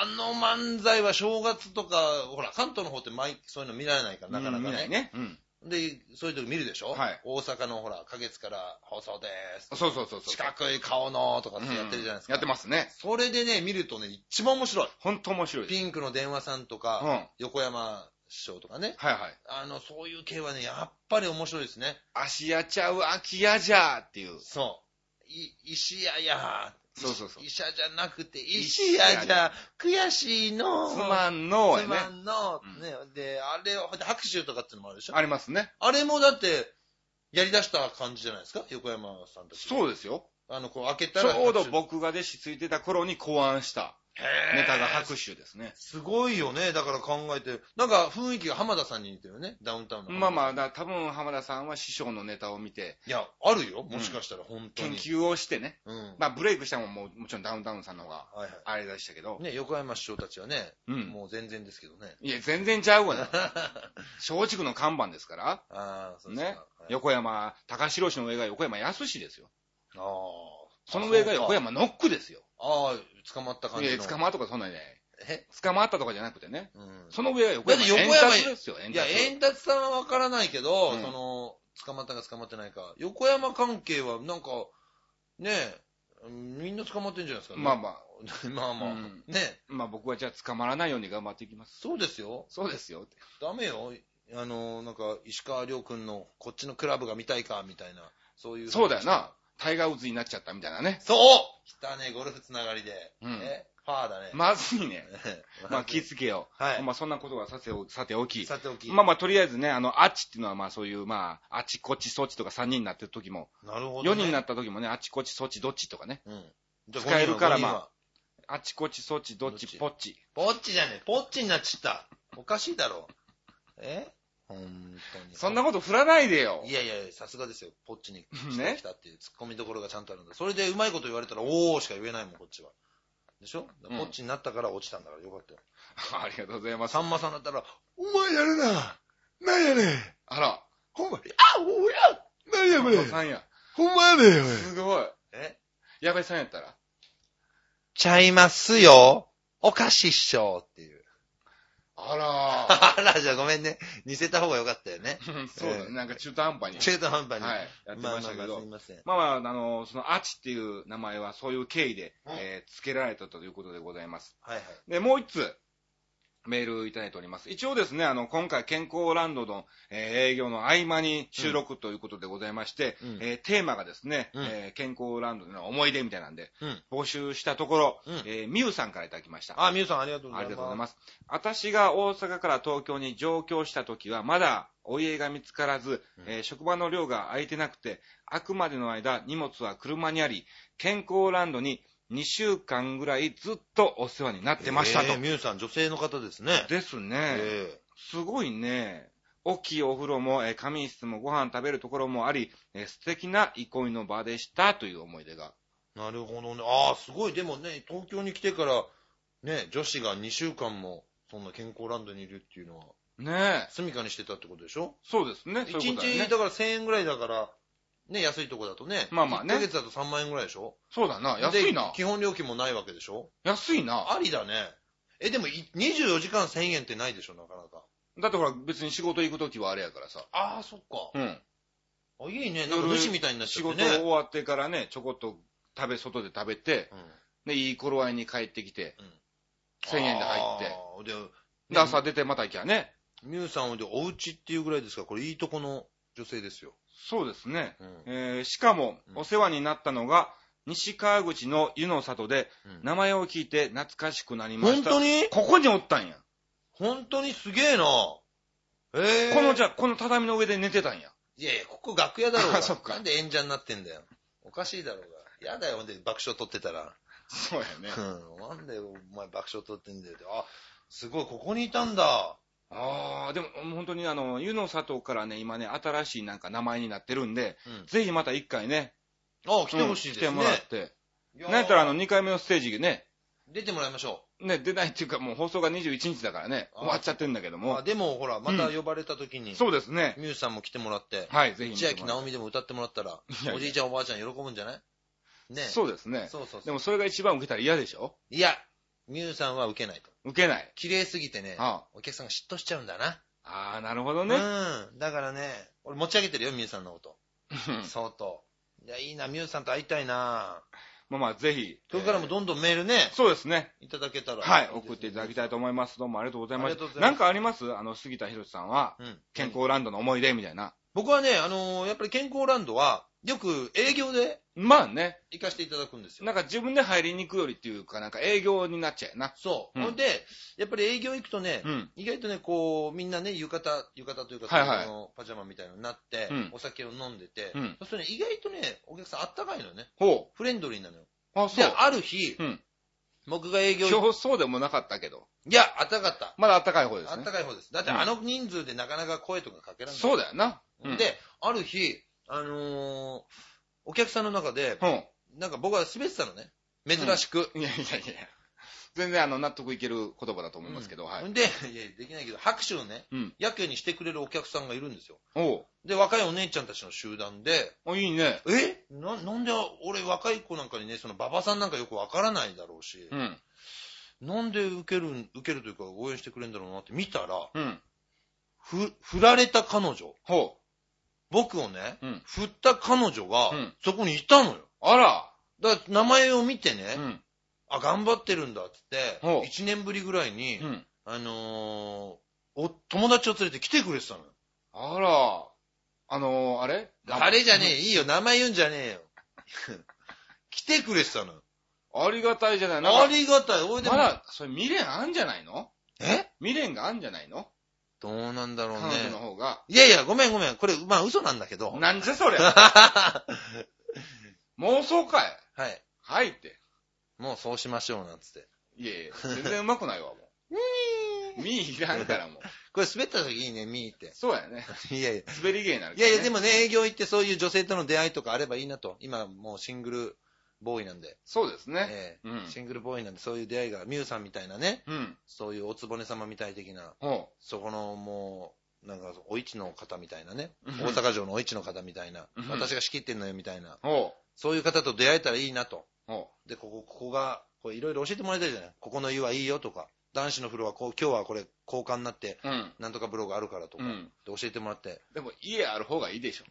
Speaker 2: あの漫才は正月とか、ほら、関東の方って毎そういうの見られないから、なかな
Speaker 1: うん
Speaker 2: か
Speaker 1: 見な
Speaker 2: ね
Speaker 1: い。ね。うん。
Speaker 2: で、そういう時見るでしょ
Speaker 1: はい
Speaker 2: 大阪のほら、花月から放送でーす。
Speaker 1: そうそうそうそう。
Speaker 2: 四角い顔のとかってやってるじゃないですか。
Speaker 1: うんやってますね。
Speaker 2: それでね、見るとね、一番面白い。
Speaker 1: ほんと面白いです。
Speaker 2: ピンクの電話さんと
Speaker 1: うん。
Speaker 2: か、
Speaker 1: はい
Speaker 2: 横山師匠とかね。
Speaker 1: はい。
Speaker 2: あの、そういう系はね、やっぱり面白いですね。
Speaker 1: 足やちゃう、秋やじゃーっていう。
Speaker 2: そう。い、石屋や。
Speaker 1: そうそうそう
Speaker 2: 医者じゃなくて、
Speaker 1: 石
Speaker 2: 石
Speaker 1: 屋
Speaker 2: 屋じゃ、悔しいの。
Speaker 1: つまんのー
Speaker 2: つ
Speaker 1: やね。
Speaker 2: まんの
Speaker 1: うん。
Speaker 2: ね。で、あれを、で拍手とかってのもあるでしょ
Speaker 1: ありますね。
Speaker 2: あれもだって、やり出した感じじゃないですか横山さんたち。う。
Speaker 1: そうですよ。
Speaker 2: あの、こう開けた
Speaker 1: ち
Speaker 2: ら。
Speaker 1: ょうど
Speaker 2: 拍手、
Speaker 1: 僕が弟子ついてた頃に考案した
Speaker 2: へー
Speaker 1: ネタが拍手ですね。
Speaker 2: すごいよね。だから考えて、なんか雰囲気が浜田さんに似てるよね。ダウンタウンの。
Speaker 1: まあまあ、だ多分浜田さんは師匠のネタを見て、
Speaker 2: いや、あるよ。もしかしたら、本当
Speaker 1: 研
Speaker 2: に。
Speaker 1: 究をしてね。
Speaker 2: うん。
Speaker 1: まあブレイクしたのもももちろんダウンタウンさんの方が
Speaker 2: はいは
Speaker 1: あれでしたけど
Speaker 2: い。。ね、横山師匠たちはね、
Speaker 1: うん。
Speaker 2: もう全然ですけどね。
Speaker 1: いや、全然ちゃうわな。松竹の看板ですから、
Speaker 2: ああ、そうですか。
Speaker 1: ね
Speaker 2: はい
Speaker 1: 横山、高城氏の上が横山康ですよ。
Speaker 2: ああ。
Speaker 1: その上が横
Speaker 2: 山。
Speaker 1: 山ノックですよ。
Speaker 2: ああ、捕まった感
Speaker 1: い
Speaker 2: じ
Speaker 1: や、
Speaker 2: の。
Speaker 1: 捕
Speaker 2: ま
Speaker 1: まったとかそんなんじゃない。
Speaker 2: え
Speaker 1: 捕まったとかじゃなくてね。
Speaker 2: うん。
Speaker 1: その上が横山
Speaker 2: だって
Speaker 1: 円
Speaker 2: 横山
Speaker 1: 達ですよ、円
Speaker 2: いや、
Speaker 1: 達
Speaker 2: 円達さんはわからないけど、
Speaker 1: うん
Speaker 2: その、捕まったか捕まってないか。横山関係は、なんか、ねえ、みんな捕まってんじゃないですか、ね。
Speaker 1: まあまあ、
Speaker 2: あ。 まあまあ。
Speaker 1: うん
Speaker 2: ねえ、
Speaker 1: まあ僕はじゃあ捕まらないように頑張っていきます。
Speaker 2: そうですよ。
Speaker 1: そうですよ。
Speaker 2: ダメよ。あの、なんか、石川亮君のこっちのクラブが見たいか、みたいな。そういう。
Speaker 1: そうだよな。。タイガー・ウッズになっちゃったみたいなね。
Speaker 2: そう来たね、ゴルフつながりで。
Speaker 1: うん
Speaker 2: えパーだ ね。
Speaker 1: まずいね。まあ、気
Speaker 2: き
Speaker 1: ぃつけよう。
Speaker 2: はい
Speaker 1: まあ、そんなことはさておさておき。
Speaker 2: さておき。
Speaker 1: まあまあ、とりあえずね、あの、あっちっていうのは、まあそういう、まあ、あちこちそっちとか3人になってる時も、
Speaker 2: なるほど、
Speaker 1: 4
Speaker 2: ね。
Speaker 1: 人になった時もね、あちこちそっちどっちとかね。
Speaker 2: うん。じゃあ
Speaker 1: 使えるから
Speaker 2: 五人は
Speaker 1: まあちこちそっちどっ
Speaker 2: どっ
Speaker 1: ち
Speaker 2: ち
Speaker 1: ぽっち。
Speaker 2: 五人はポッチじゃねえ。ポッチになっちった。おかしいだろ。えほんとに。
Speaker 1: そんなこと振らないでよ
Speaker 2: い。やいや、さすがですよ。ポッチに
Speaker 1: ね
Speaker 2: 来たっていう突っ込みどころがちゃんとあるんだ。それでうまいこと言われたら、おーしか言えないもん、こっちは。でしょ、
Speaker 1: うん
Speaker 2: ポッチになったから落ちたんだからよかったよ。
Speaker 1: ありがとうございます。
Speaker 2: さんまさんだったら、お前やるななんやねん
Speaker 1: あら、
Speaker 2: ほんまに、あおやなんやこれ
Speaker 1: おさんや。
Speaker 2: ほんまやねんおい
Speaker 1: すごい。
Speaker 2: え
Speaker 1: 矢部さんやったら。
Speaker 2: ちゃいますよおかしいっしょっていう。
Speaker 1: あら
Speaker 2: あら、じゃあごめんね。似せた方がよかったよね。
Speaker 1: ー。 そうだね。なんか中途半端に。
Speaker 2: 中途半端に。
Speaker 1: はい。やって
Speaker 2: まあ
Speaker 1: ま
Speaker 2: ま
Speaker 1: した
Speaker 2: あ
Speaker 1: け
Speaker 2: まあ、す
Speaker 1: ど
Speaker 2: い。ません。
Speaker 1: まあまあ、あの、その、アチっていう名前はそういう経緯で、
Speaker 2: うん
Speaker 1: えー付けられたということでございます。
Speaker 2: はいはい。
Speaker 1: で、もう一つ、メールいただいております。一応ですね、あの、今回、健康ランドの、えー営業の合間に収録ということでございまして、
Speaker 2: うん
Speaker 1: えーテーマがですね、
Speaker 2: うん
Speaker 1: えー健康ランドでの思い出みたいなんで、
Speaker 2: うん
Speaker 1: 募集したところ、
Speaker 2: うん
Speaker 1: えーみゆさんからいただきました。
Speaker 2: あ、みゆさんありがとうご
Speaker 1: あ
Speaker 2: ざい
Speaker 1: りが
Speaker 2: ます。
Speaker 1: とうございます。私が大阪から東京に上京した時は、まだお家が見つからず、
Speaker 2: うん
Speaker 1: えー職場の寮が空いてなくて、あくまでの間荷物は車にあり、健康ランドに2週間ぐらいずっとお世話になってましたと。
Speaker 2: えーみゆさん、女性の方ですね。
Speaker 1: ですね、
Speaker 2: え
Speaker 1: すごいね。大きいお風呂も、えー、仮眠室もご飯食べるところもあり、えー素敵な憩いの場でしたという思い出が。
Speaker 2: えなるほどね。ああ、すごい。でもね、東京に来てから、ね、女子が2週間も、そんな健康ランドにいるっていうのは、
Speaker 1: ねえ。
Speaker 2: 住処にしてたってことでしょ
Speaker 1: そうですね。
Speaker 2: 一
Speaker 1: そういうことだよ
Speaker 2: 日、
Speaker 1: ね。
Speaker 2: だから1000円ぐらいだから、ね、安いとこだとね。
Speaker 1: まあまあね
Speaker 2: 1ヶ月だと3万円ぐらいでしょ
Speaker 1: そうだな。安いな
Speaker 2: で。基本料金もないわけでしょ
Speaker 1: 安いな。
Speaker 2: ありだね。え、でもい、24時間1000円ってないでしょ、なかなか。
Speaker 1: だってほら、別に仕事行くときはあれやからさ。
Speaker 2: ああ、そっか。
Speaker 1: うん。
Speaker 2: あ、いいね。なんか
Speaker 1: 夜
Speaker 2: 主みたいになっち
Speaker 1: 仕
Speaker 2: ゃっ
Speaker 1: 事
Speaker 2: てね。
Speaker 1: 終わってからね、ちょこっと食べ、外で食べて、
Speaker 2: うん
Speaker 1: で、いい頃合いに帰ってきて、1000円で入って、
Speaker 2: あー。で、
Speaker 1: で、朝出てまた行きゃね。
Speaker 2: ミュウさんでお家っていうぐらいですから、これいいとこの女性ですよ。
Speaker 1: そうですね。
Speaker 2: うん。
Speaker 1: えー、しかも、
Speaker 2: うん
Speaker 1: お世話になったのが、西川口の湯の里で、名前を聞いて懐かしくなりま
Speaker 2: 本
Speaker 1: した。
Speaker 2: 当に
Speaker 1: ここにおったんや。
Speaker 2: 本当にすげえな。ええー。
Speaker 1: この、じゃあ、この畳の上で寝てたんや。
Speaker 2: いやいや、ここ楽屋だろうが。
Speaker 1: あそっか
Speaker 2: なんで演者になってんだよ。おかしいだろうが。やだよ、ほんで爆笑取ってたら。
Speaker 1: そうやね
Speaker 2: うん。なんでお前爆笑取ってんだよって。あ、すごい、ここにいたんだ。
Speaker 1: ああ、でも、本当にあの、湯の里からね、今ね、新しいなんか名前になってるんで、
Speaker 2: うん
Speaker 1: ぜひまた一回ね、
Speaker 2: あ、来てほしいですね。
Speaker 1: うん来てもらって。
Speaker 2: いやー
Speaker 1: なんやったらあの、2回目のステージね、
Speaker 2: 出てもらいましょ
Speaker 1: ね、出ないっていうかもう放送が21日だからね、
Speaker 2: あー
Speaker 1: 終わっちゃってんだけど
Speaker 2: う。あ、
Speaker 1: も。
Speaker 2: でもほら、また呼ばれた時に、
Speaker 1: そうですね。
Speaker 2: ミュウさんも来てもらって、
Speaker 1: はい、ぜひ見
Speaker 2: 千
Speaker 1: て
Speaker 2: 秋
Speaker 1: もらっ
Speaker 2: 直美でも歌ってもらったら
Speaker 1: いやい、や
Speaker 2: おじいちゃんおばあちゃん喜ぶんじゃないね
Speaker 1: て。そうですね。
Speaker 2: そうそうそ
Speaker 1: で
Speaker 2: う。
Speaker 1: もそれが一番受けたら嫌でしょ
Speaker 2: いや、ミュウさんは受けないと。
Speaker 1: 受けない。
Speaker 2: 綺麗すぎてね、
Speaker 1: あ
Speaker 2: お客さんが嫉妬しちゃうんだな。
Speaker 1: あ、ああなるほどね。
Speaker 2: うん。だからね、俺持ち上げてるよ、ミュウさんのこと。相当。いや、いいな、ミュウさんと会いたいな。
Speaker 1: まあまあ、ぜひ。
Speaker 2: それからも
Speaker 1: う
Speaker 2: どんどんメールね、
Speaker 1: そうですね。
Speaker 2: いただけたら。
Speaker 1: はい
Speaker 2: で、すね
Speaker 1: 送っていただきたいと思います。どうもありがとうございま
Speaker 2: あ
Speaker 1: し
Speaker 2: りがとうご
Speaker 1: た。
Speaker 2: ざい
Speaker 1: な
Speaker 2: ます
Speaker 1: んかありますあの、杉田博さんは、
Speaker 2: うん。
Speaker 1: 健康ランドの思い出みたいな。
Speaker 2: 僕はね、あのーやっぱり健康ランドは、よく営業で
Speaker 1: まあね、
Speaker 2: 行かせていただくんですよ。
Speaker 1: なんか自分で入りに行くよりっていうか、なんか営業になっちゃうよな。
Speaker 2: そう。
Speaker 1: うん
Speaker 2: ほんで、やっぱり営業行くとね、
Speaker 1: うん。
Speaker 2: 意外とね、こう、みんなね、浴衣、浴衣というか、
Speaker 1: はいはい
Speaker 2: そのパジャマみたいのになって、
Speaker 1: うん
Speaker 2: お酒を飲んでて、
Speaker 1: うん
Speaker 2: そうするとね、意外とね、お客さんあったかいのよね。
Speaker 1: ほ
Speaker 2: フレンドリーなのよ。
Speaker 1: う。あ、そ
Speaker 2: で、
Speaker 1: う。
Speaker 2: ある日、
Speaker 1: うん
Speaker 2: 僕が営業行
Speaker 1: 今日そうでもなかったけど。
Speaker 2: いや、あったかった。
Speaker 1: まだあったかい方です
Speaker 2: あ
Speaker 1: ね
Speaker 2: っ。たかい方です。だって
Speaker 1: うん
Speaker 2: あの人数でなかなか声とかかけられない。
Speaker 1: そうだよな。うん、
Speaker 2: で、ある日、あのーお客さんの中で、
Speaker 1: うん。
Speaker 2: なんか僕は滑ってたのね。珍しく。
Speaker 1: いやいやいやいや。全然あの、納得いける言葉だと思いますけど、はい。
Speaker 2: で、いや、できないけど、拍手をね、
Speaker 1: うん
Speaker 2: やけにしてくれるお客さんがいるんですよ。
Speaker 1: おう
Speaker 2: で、若いお姉ちゃんたちの集団で、
Speaker 1: あ、いいね。
Speaker 2: えな、なんで俺若い子なんかにね、その馬場さんなんかよくわからないだろうし
Speaker 1: う、ん。
Speaker 2: なんで受けるん、受けるというか応援してくれるんだろうなって見たら、
Speaker 1: うん。
Speaker 2: ふ、振られた彼女、
Speaker 1: ほ
Speaker 2: 僕をね、
Speaker 1: う。うん。
Speaker 2: 振った彼女が
Speaker 1: うん、
Speaker 2: そこにいたのよ。
Speaker 1: あら。
Speaker 2: だから名前を見てね、
Speaker 1: うん。
Speaker 2: あ、頑張ってるんだって言
Speaker 1: ほ
Speaker 2: っ
Speaker 1: う
Speaker 2: て、1年ぶりぐらいに、
Speaker 1: うん。
Speaker 2: あのーお、友達を連れて来てくれてたのよ。
Speaker 1: あら。あのー、あれ
Speaker 2: あれじゃねえ、いいよ、名前言うんじゃねえよ。来てくれてたのよ。
Speaker 1: え。ありがたいじゃない。
Speaker 2: あ
Speaker 1: なんか
Speaker 2: りがたい。おいで
Speaker 1: ま
Speaker 2: も、
Speaker 1: だ、それ未練あんじゃないの
Speaker 2: え
Speaker 1: 未練があんじゃないの
Speaker 2: どうなんだろうね
Speaker 1: 彼。女の方が。
Speaker 2: いやいや、ごめんごめん。これ、まあ嘘なんだけど。
Speaker 1: なんじゃそれ 妄想かい
Speaker 2: はい。
Speaker 1: はいって。
Speaker 2: もうそうしましょう、なんつって。
Speaker 1: いやいや、全然うまくないわ、もう。ミーいらんからもう。
Speaker 2: これ滑った時いいね、ミーって。
Speaker 1: そうやね。
Speaker 2: いやいや。
Speaker 1: 滑り芸になる
Speaker 2: い
Speaker 1: から
Speaker 2: や
Speaker 1: ね
Speaker 2: いや、でもね、営業行ってそういう女性との出会いとかあればいいなと。今、もうシングルボーイなんで。
Speaker 1: そうですね。
Speaker 2: え
Speaker 1: うん
Speaker 2: え。シングルボーイなんで、そういう出会いが、ミュウさんみたいなね、
Speaker 1: うん。
Speaker 2: そういうおつぼね様みたい的な、
Speaker 1: ほ
Speaker 2: そこのもう、なんか、お市の方みたいなね、
Speaker 1: うん
Speaker 2: 大阪城のお市の方みたいな
Speaker 1: うん、
Speaker 2: 私が仕切ってんのよみたいな、
Speaker 1: う。ほ
Speaker 2: そういう方と出会えたらいいなと。
Speaker 1: う。ほ
Speaker 2: で、ここ、ここが、こういろいろ教えてもらいたいじゃないここの湯はいいよとか、男子の風呂はこう、今日はこれ交換になって、
Speaker 1: う。うん。
Speaker 2: なんとか風呂があるからと
Speaker 1: う
Speaker 2: か、
Speaker 1: ん。
Speaker 2: で教えてもらって。
Speaker 1: でも、家ある方がいいでしょ。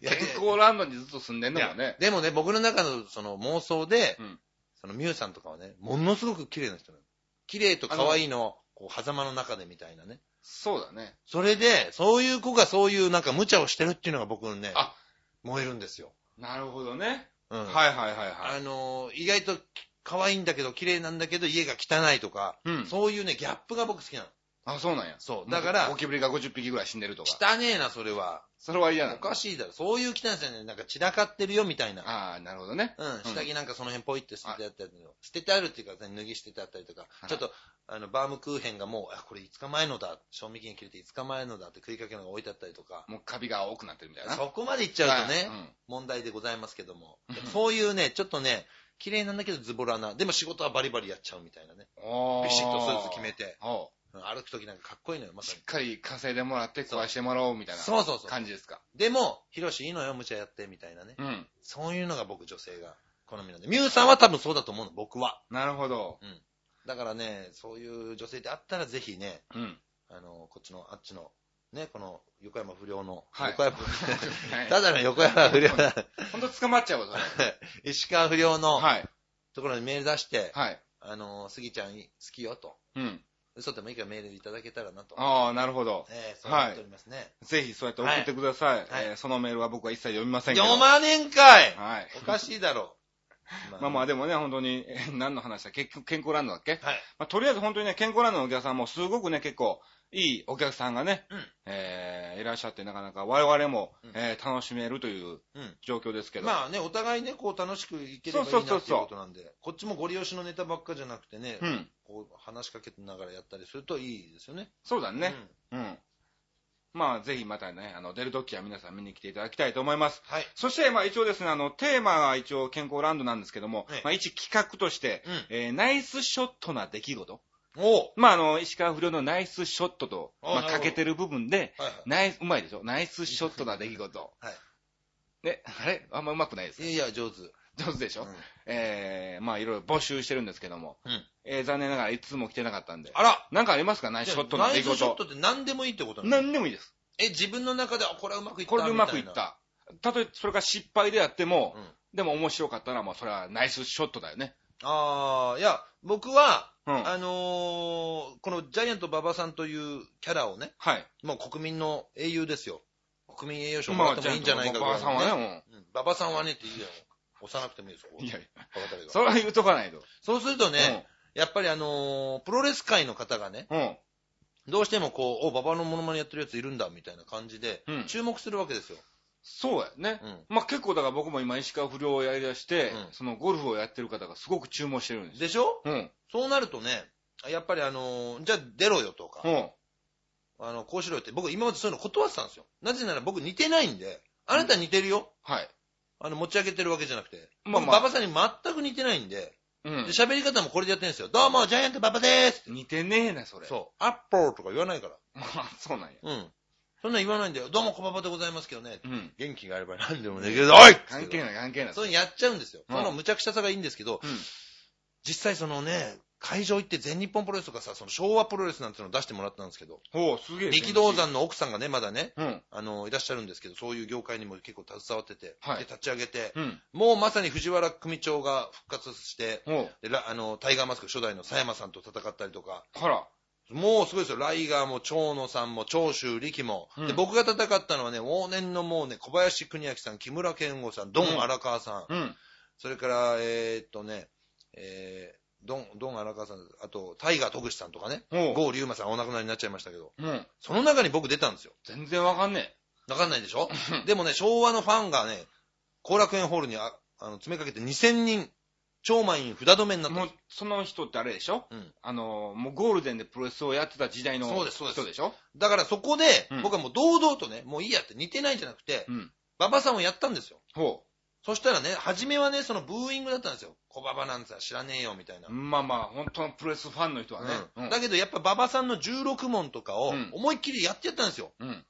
Speaker 2: いやいや
Speaker 1: 結構ランドにずっと住んでんのもね。
Speaker 2: でもね、僕の中のその妄想で、
Speaker 1: うん
Speaker 2: そのミュウさんとかはね、ものすごく綺麗な人なの。綺麗と可愛いの、こう、狭間の中でみたいなね。
Speaker 1: そうだね。
Speaker 2: それで、そういう子がそういうなんか無茶をしてるっていうのが僕のね、
Speaker 1: あ
Speaker 2: 燃えるんですよ。
Speaker 1: なるほどね。
Speaker 2: うん。
Speaker 1: はいはいはいは
Speaker 2: あ
Speaker 1: い。
Speaker 2: のー、意外とき可愛いんだけど、綺麗なんだけど、家が汚いとか、
Speaker 1: うん。
Speaker 2: そういうね、ギャップが僕好きなの。
Speaker 1: あ、そうなんや。
Speaker 2: そう。だから
Speaker 1: ゴ、キブリが50匹ぐらい死んでるとか。
Speaker 2: 汚ねえな、それは。
Speaker 1: それは嫌な
Speaker 2: お
Speaker 1: の
Speaker 2: かしいだろ。そういう汚さね、なんか散らかってるよ、みたいな。
Speaker 1: ああ、なるほどね。
Speaker 2: うん、下着なんかその辺ポイって捨ててあったりとか、捨ててあるっていうか、脱ぎ捨ててあったりとか、
Speaker 1: い
Speaker 2: ちょっと、あの、バームクーヘンがもう、あ、これ5日前のだ、賞味期限切れて5日前のだって食いかけのが置いてあったりとか、
Speaker 1: もうカビが青くなってるみたいな。
Speaker 2: そこまでいっちゃうとね、
Speaker 1: はい
Speaker 2: 問題でございますけども
Speaker 1: うん、
Speaker 2: そういうね、ちょっとね、綺麗なんだけどズボラな、でも仕事はバリバリやっちゃうみたいなね、
Speaker 1: うんおー
Speaker 2: ビシッとスーツ決めて、
Speaker 1: お
Speaker 2: うん歩くときなんかかっこいいのよ、ま
Speaker 1: う
Speaker 2: さ
Speaker 1: し
Speaker 2: に
Speaker 1: っ。かり稼いでもらって食わしてもらおうみたいな
Speaker 2: そうそうそう。
Speaker 1: 感じですか。
Speaker 2: でも、ヒロシいいのよ、無茶やって、みたいなね。
Speaker 1: うん。
Speaker 2: そういうのが僕女性が好みなんで、ミュウさんは多分そうだと思うの、僕は。
Speaker 1: なるほど。
Speaker 2: だからね、そういう女性であったら、ぜひね、
Speaker 1: うん。
Speaker 2: あの、こっちの、あっちの、ね、この、横山不良の、
Speaker 1: はい
Speaker 2: 横山不良ただの横山不良な、
Speaker 1: ほんと捕まっちゃうわ、それ。
Speaker 2: 石川不良の
Speaker 1: はい。
Speaker 2: ところにメール出して、
Speaker 1: はい。
Speaker 2: あの、杉ちゃん好きよと、
Speaker 1: うん。
Speaker 2: 嘘でもいいからメールいただけたらなと、
Speaker 1: ああ、なるほど。
Speaker 2: ええそう思っておりますね。
Speaker 1: ぜひそうやって送ってください。
Speaker 2: はい
Speaker 1: えーそのメールは僕は一切読みませんけど。
Speaker 2: 読まねんかい
Speaker 1: はい。
Speaker 2: おかしいだろ。
Speaker 1: まあまあでもね、本当に、えー何の話だ結局健康ランドだっけ
Speaker 2: はい。
Speaker 1: まあ、とりあえず本当にね、健康ランドのお客さんもすごくね、結構、いいお客さんがね、
Speaker 2: うん
Speaker 1: えーいらっしゃって、なかなか我々も、
Speaker 2: うん
Speaker 1: えー楽しめるという
Speaker 2: うん
Speaker 1: 状況ですけど。
Speaker 2: まあね、お互いね、こう楽しくいければいいな
Speaker 1: そう
Speaker 2: って
Speaker 1: そ
Speaker 2: い
Speaker 1: そうう
Speaker 2: う
Speaker 1: そう
Speaker 2: ことなんで、こっちもご利用しのネタばっかじゃなくてね、
Speaker 1: うん。
Speaker 2: こう話しかけながらやったりするといいですよね。
Speaker 1: そうだね
Speaker 2: う。ん
Speaker 1: うん。まあ、ぜひまたね、あの、出る時は皆さん見に来ていただきたいと思います。
Speaker 2: はい。
Speaker 1: そして、まあ一応ですね、あの、テーマが一応健康ランドなんですけども、
Speaker 2: はい
Speaker 1: まあ一企画として、
Speaker 2: うん。
Speaker 1: えーナイスショットな出来事。
Speaker 2: おう
Speaker 1: まああの、石川不良のナイスショットと、
Speaker 2: あ
Speaker 1: まあ
Speaker 2: なるほど
Speaker 1: 欠けてる部分で、
Speaker 2: はいは
Speaker 1: ナイス、うまいでしょナイスショットな出来事。
Speaker 2: はい。
Speaker 1: ね、あれあんまうまくないです
Speaker 2: い。いやいや、上手。
Speaker 1: 上手でしょ、
Speaker 2: うん
Speaker 1: えー、まあいろいろ募集してるんですけども、
Speaker 2: うん
Speaker 1: えー、残念ながらいつも来てなかったんで。
Speaker 2: あら
Speaker 1: なんかありますかナイスショットの
Speaker 2: ナ
Speaker 1: 出
Speaker 2: イ
Speaker 1: 来
Speaker 2: スショッ
Speaker 1: 事。
Speaker 2: トって何でもいいってことなの
Speaker 1: 何でもいいです。
Speaker 2: え、自分の中で、あ、これはうまくいった。
Speaker 1: これでうまくいっ
Speaker 2: みいな。
Speaker 1: た。たとえそれが失敗であっても、
Speaker 2: うん
Speaker 1: でも面白かったら、まあそれはナイスショットだよね。
Speaker 2: あー、いや、僕は、
Speaker 1: うん。
Speaker 2: あのー、このジャイアント馬場さんというキャラをね、
Speaker 1: はい。
Speaker 2: もう国民の英雄ですよ。国民栄誉賞
Speaker 1: ま
Speaker 2: もら
Speaker 1: あ
Speaker 2: ってもいいんじゃないか
Speaker 1: おばあさんはね、も
Speaker 2: うん馬場さんはねっていいじゃん。押さなくてもいいですよ、こ
Speaker 1: う。 いやいや、
Speaker 2: 馬場誰が
Speaker 1: それは言うとかないと。
Speaker 2: そうするとね、やっぱりあのープロレス界の方がね、
Speaker 1: うん。うん。
Speaker 2: どうしてもこう、お、馬場のモノマネやってるやついるんだ、みたいな感じで
Speaker 1: うん、
Speaker 2: 注目するわけですよ。
Speaker 1: そうやね。
Speaker 2: うん。
Speaker 1: まあ結構だから僕も今石川不良をやりだして、
Speaker 2: うん
Speaker 1: そのゴルフをやってる方がすごく注文してるんですよ。
Speaker 2: でしょ
Speaker 1: うん。
Speaker 2: そうなるとね、やっぱりあのーじゃあ出ろよとか、
Speaker 1: うん。
Speaker 2: あの、こうしろよって、僕今までそういうの断ってたんですよ。なぜなら僕似てないんで、あなた似てるよ。
Speaker 1: はい。
Speaker 2: あの、持ち上げてるわけじゃなくて。
Speaker 1: ま
Speaker 2: ま
Speaker 1: あ
Speaker 2: あ、
Speaker 1: まあ
Speaker 2: 馬場さんに全く似てないんで、
Speaker 1: うん
Speaker 2: で。喋り方もこれでやってるんですよ。どうも、ジャイアント馬場でーす。
Speaker 1: 似てねえな、それ。う。
Speaker 2: そう。アッポーとか言わないから。
Speaker 1: まあ そうなんや。
Speaker 2: うん。そんなん言わないんだよ。どうも、小馬場でございますけどね。
Speaker 1: うん。
Speaker 2: 元気があれば何でもできるぞ、おい
Speaker 1: 関係ない、関係ない。
Speaker 2: そういうのやっちゃうんですよ。
Speaker 1: うん
Speaker 2: その無茶苦茶さがいいんですけど、
Speaker 1: うん
Speaker 2: 実際そのね、会場行って全日本プロレスとかさ、その昭和プロレスなんての出してもらったんですけど、
Speaker 1: ほう、すげえ。
Speaker 2: 力道。山の奥さんがね、まだね、
Speaker 1: うん。
Speaker 2: あの、いらっしゃるんですけど、そういう業界にも結構携わってて、
Speaker 1: はい
Speaker 2: で、立ち上げて、
Speaker 1: うん。
Speaker 2: もうまさに藤原組長が復活して、
Speaker 1: ほう。
Speaker 2: でラあの、タイガーマスク初代の佐山さんと戦ったりとか、
Speaker 1: ほら。
Speaker 2: もうすごいですよ。ライガーも、長野さんも、長州力も。
Speaker 1: うん
Speaker 2: で、僕が戦ったのはね、往年のもうね、小林邦明さん、木村健吾さん、ド
Speaker 1: うん
Speaker 2: ン荒川さん、
Speaker 1: うん。
Speaker 2: それから、えーっとね、えー、ドン、ドン荒川さん、あと、タイガー徳志さんとかね、
Speaker 1: おう。
Speaker 2: ゴー龍馬さんお亡くなりになっちゃいましたけど、
Speaker 1: うん。
Speaker 2: その中に僕出たんですよ。
Speaker 1: 全然わかんね
Speaker 2: わかんないでしょ
Speaker 1: え。
Speaker 2: でもね、昭和のファンがね、後楽園ホールにああの詰めかけて2000人、超満員札止めになったん
Speaker 1: も
Speaker 2: で
Speaker 1: う
Speaker 2: す。、
Speaker 1: その人ってあれでしょ
Speaker 2: うん
Speaker 1: あの、もうゴールデンでプロレスをやってた時代の
Speaker 2: そうですそうです
Speaker 1: 人でしょ
Speaker 2: だからそこで
Speaker 1: うん、
Speaker 2: 僕はもう堂々とね、もういいやって似てないんじゃなくて、
Speaker 1: うん。
Speaker 2: 馬場さんをやったんですよ。
Speaker 1: ほ
Speaker 2: そしたらね、初めはね、そのブーイングだったんですよ。小馬場なんさ知らねえよ、みたいな。
Speaker 1: う。まあまあ、本当のプロレスファンの人はね。
Speaker 2: うんだけどやっぱ馬場さんの16問とか
Speaker 1: う
Speaker 2: を
Speaker 1: ん
Speaker 2: 思いっきりやってやったんですよ。
Speaker 1: うん。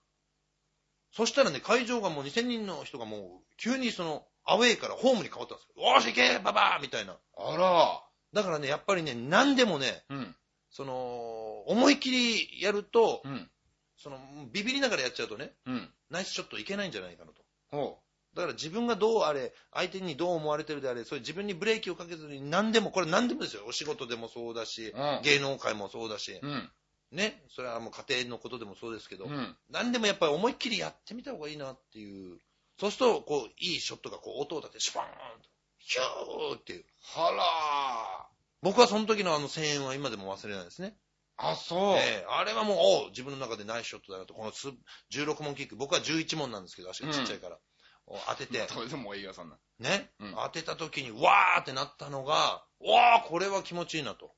Speaker 2: そしたらね、会場がもう2000人の人がもう、急にその、アウェイからホームに変わったんですよ。おーし、行けババーみたいな。
Speaker 1: あら。
Speaker 2: だからね、やっぱりね、何でもね、
Speaker 1: うん。
Speaker 2: その、思いっきりやると、
Speaker 1: うん。
Speaker 2: その、ビビりながらやっちゃうとね、
Speaker 1: うん。
Speaker 2: ナイスショットいけないんじゃないかなと。
Speaker 1: ほ
Speaker 2: だから自分がどうあれ、相手にどう思われてるであれ、そういう自分にブレーキをかけずに何でも、これ何でもですよ。お仕事でもそうだし
Speaker 1: う。、うん。
Speaker 2: 芸能界もそうだし、
Speaker 1: うん。
Speaker 2: ね、それはもう家庭のことでもそうですけど、
Speaker 1: うん。
Speaker 2: 何でもやっぱり思いっきりやってみた方がいいなっていう。そうすると、こう、いいショットがこう、音を立て、シュパーンと、ヒューっていう。
Speaker 1: は
Speaker 2: 僕はその時のあの声援は今でも忘れないですね。
Speaker 1: らー。あ、そう。
Speaker 2: ええあれはもう、おう自分の中でナイスショットだなと、このつ16問キック、僕は11問なんですけど、足がちっちゃいから、を当てて、
Speaker 1: どうでもいいよ、そんな。
Speaker 2: ね、
Speaker 1: うん
Speaker 2: 当てた時に、わーってなったのが、わー、これは気持ちいいなと。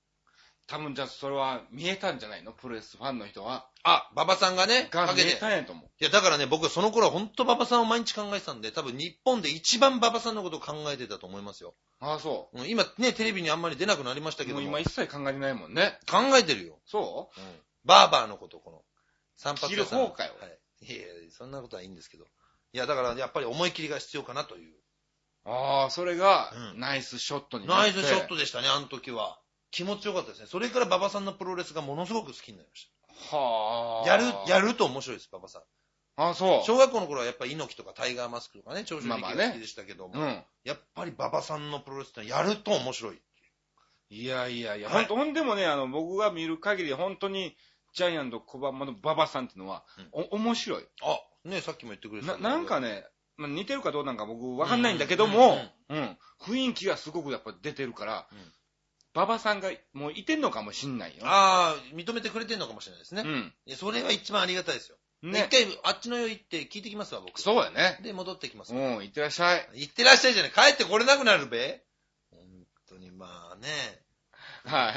Speaker 1: 多分じゃあそれは見えたんじゃないのプロレスファンの人は。
Speaker 2: あ、馬場さんがね、
Speaker 1: が
Speaker 2: か
Speaker 1: 見
Speaker 2: け
Speaker 1: え
Speaker 2: て。
Speaker 1: たんやと思う。
Speaker 2: いや、だからね、僕はその頃は本当馬場さんを毎日考えてたんで、多分日本で一番馬場さんのことを考えてたと思いますよ。
Speaker 1: ああ、そ
Speaker 2: うん今ね、テレビにあんまり出なくなりました
Speaker 1: う。
Speaker 2: けど
Speaker 1: もう
Speaker 2: も、
Speaker 1: 今一切考えてないもんね。
Speaker 2: 考えてるよ。
Speaker 1: そ
Speaker 2: うんバーバーのこと、この。散
Speaker 1: う
Speaker 2: 髪
Speaker 1: 着る
Speaker 2: 屋さん。
Speaker 1: 方
Speaker 2: はい。
Speaker 1: かよ。
Speaker 2: いやいや、そんなことはいいんですけど。いや、だから、やっぱり思い切りが必要かなという。
Speaker 1: ああ、それが
Speaker 2: う、ん
Speaker 1: ナイスショットになっ
Speaker 2: ナ
Speaker 1: て
Speaker 2: イスショットでしたね、あの時は。気持ちよかったですね。それから馬場さんのプロレスがものすごく好きになりまし
Speaker 1: はあ。
Speaker 2: た。やる、やると面白いです、馬場さん。
Speaker 1: ああ、そう。
Speaker 2: 小学校の頃はやっぱり猪木とかタイガーマスクとかね、長州力
Speaker 1: まあ
Speaker 2: が
Speaker 1: まあね
Speaker 2: 好きでしたけども、
Speaker 1: うん。
Speaker 2: やっぱり馬場さんのプロレスってのはやると面白い。
Speaker 1: いやいやいや、
Speaker 2: は
Speaker 1: ほ
Speaker 2: い
Speaker 1: んと、ほんでもね、あの、僕が見る限り、本当に、ジャイアント小浜の馬場さんっていうのは、お、面白い。
Speaker 2: あ、ね、さっきも言ってくれてた
Speaker 1: な、
Speaker 2: んだけど
Speaker 1: なんかね、まあ似てるかどうなんか僕わかんないんだけども、うん。雰囲気がすごくやっぱ出てるから
Speaker 2: うん、
Speaker 1: 馬場さんがもういてんのかもしんないよ。
Speaker 2: ああ、認めてくれてんのかもしれないですね。
Speaker 1: うん。
Speaker 2: いやそれが一番ありがたいですよ。
Speaker 1: ね
Speaker 2: 一。回、あっちの世行って聞いてきますわ、僕。
Speaker 1: そうやね。
Speaker 2: で、戻ってきます
Speaker 1: う。ん、いってらっしゃい。
Speaker 2: 行ってらっしゃいじゃない。帰ってこれなくなるべ。本当に、まあね。
Speaker 1: はい。
Speaker 2: はい。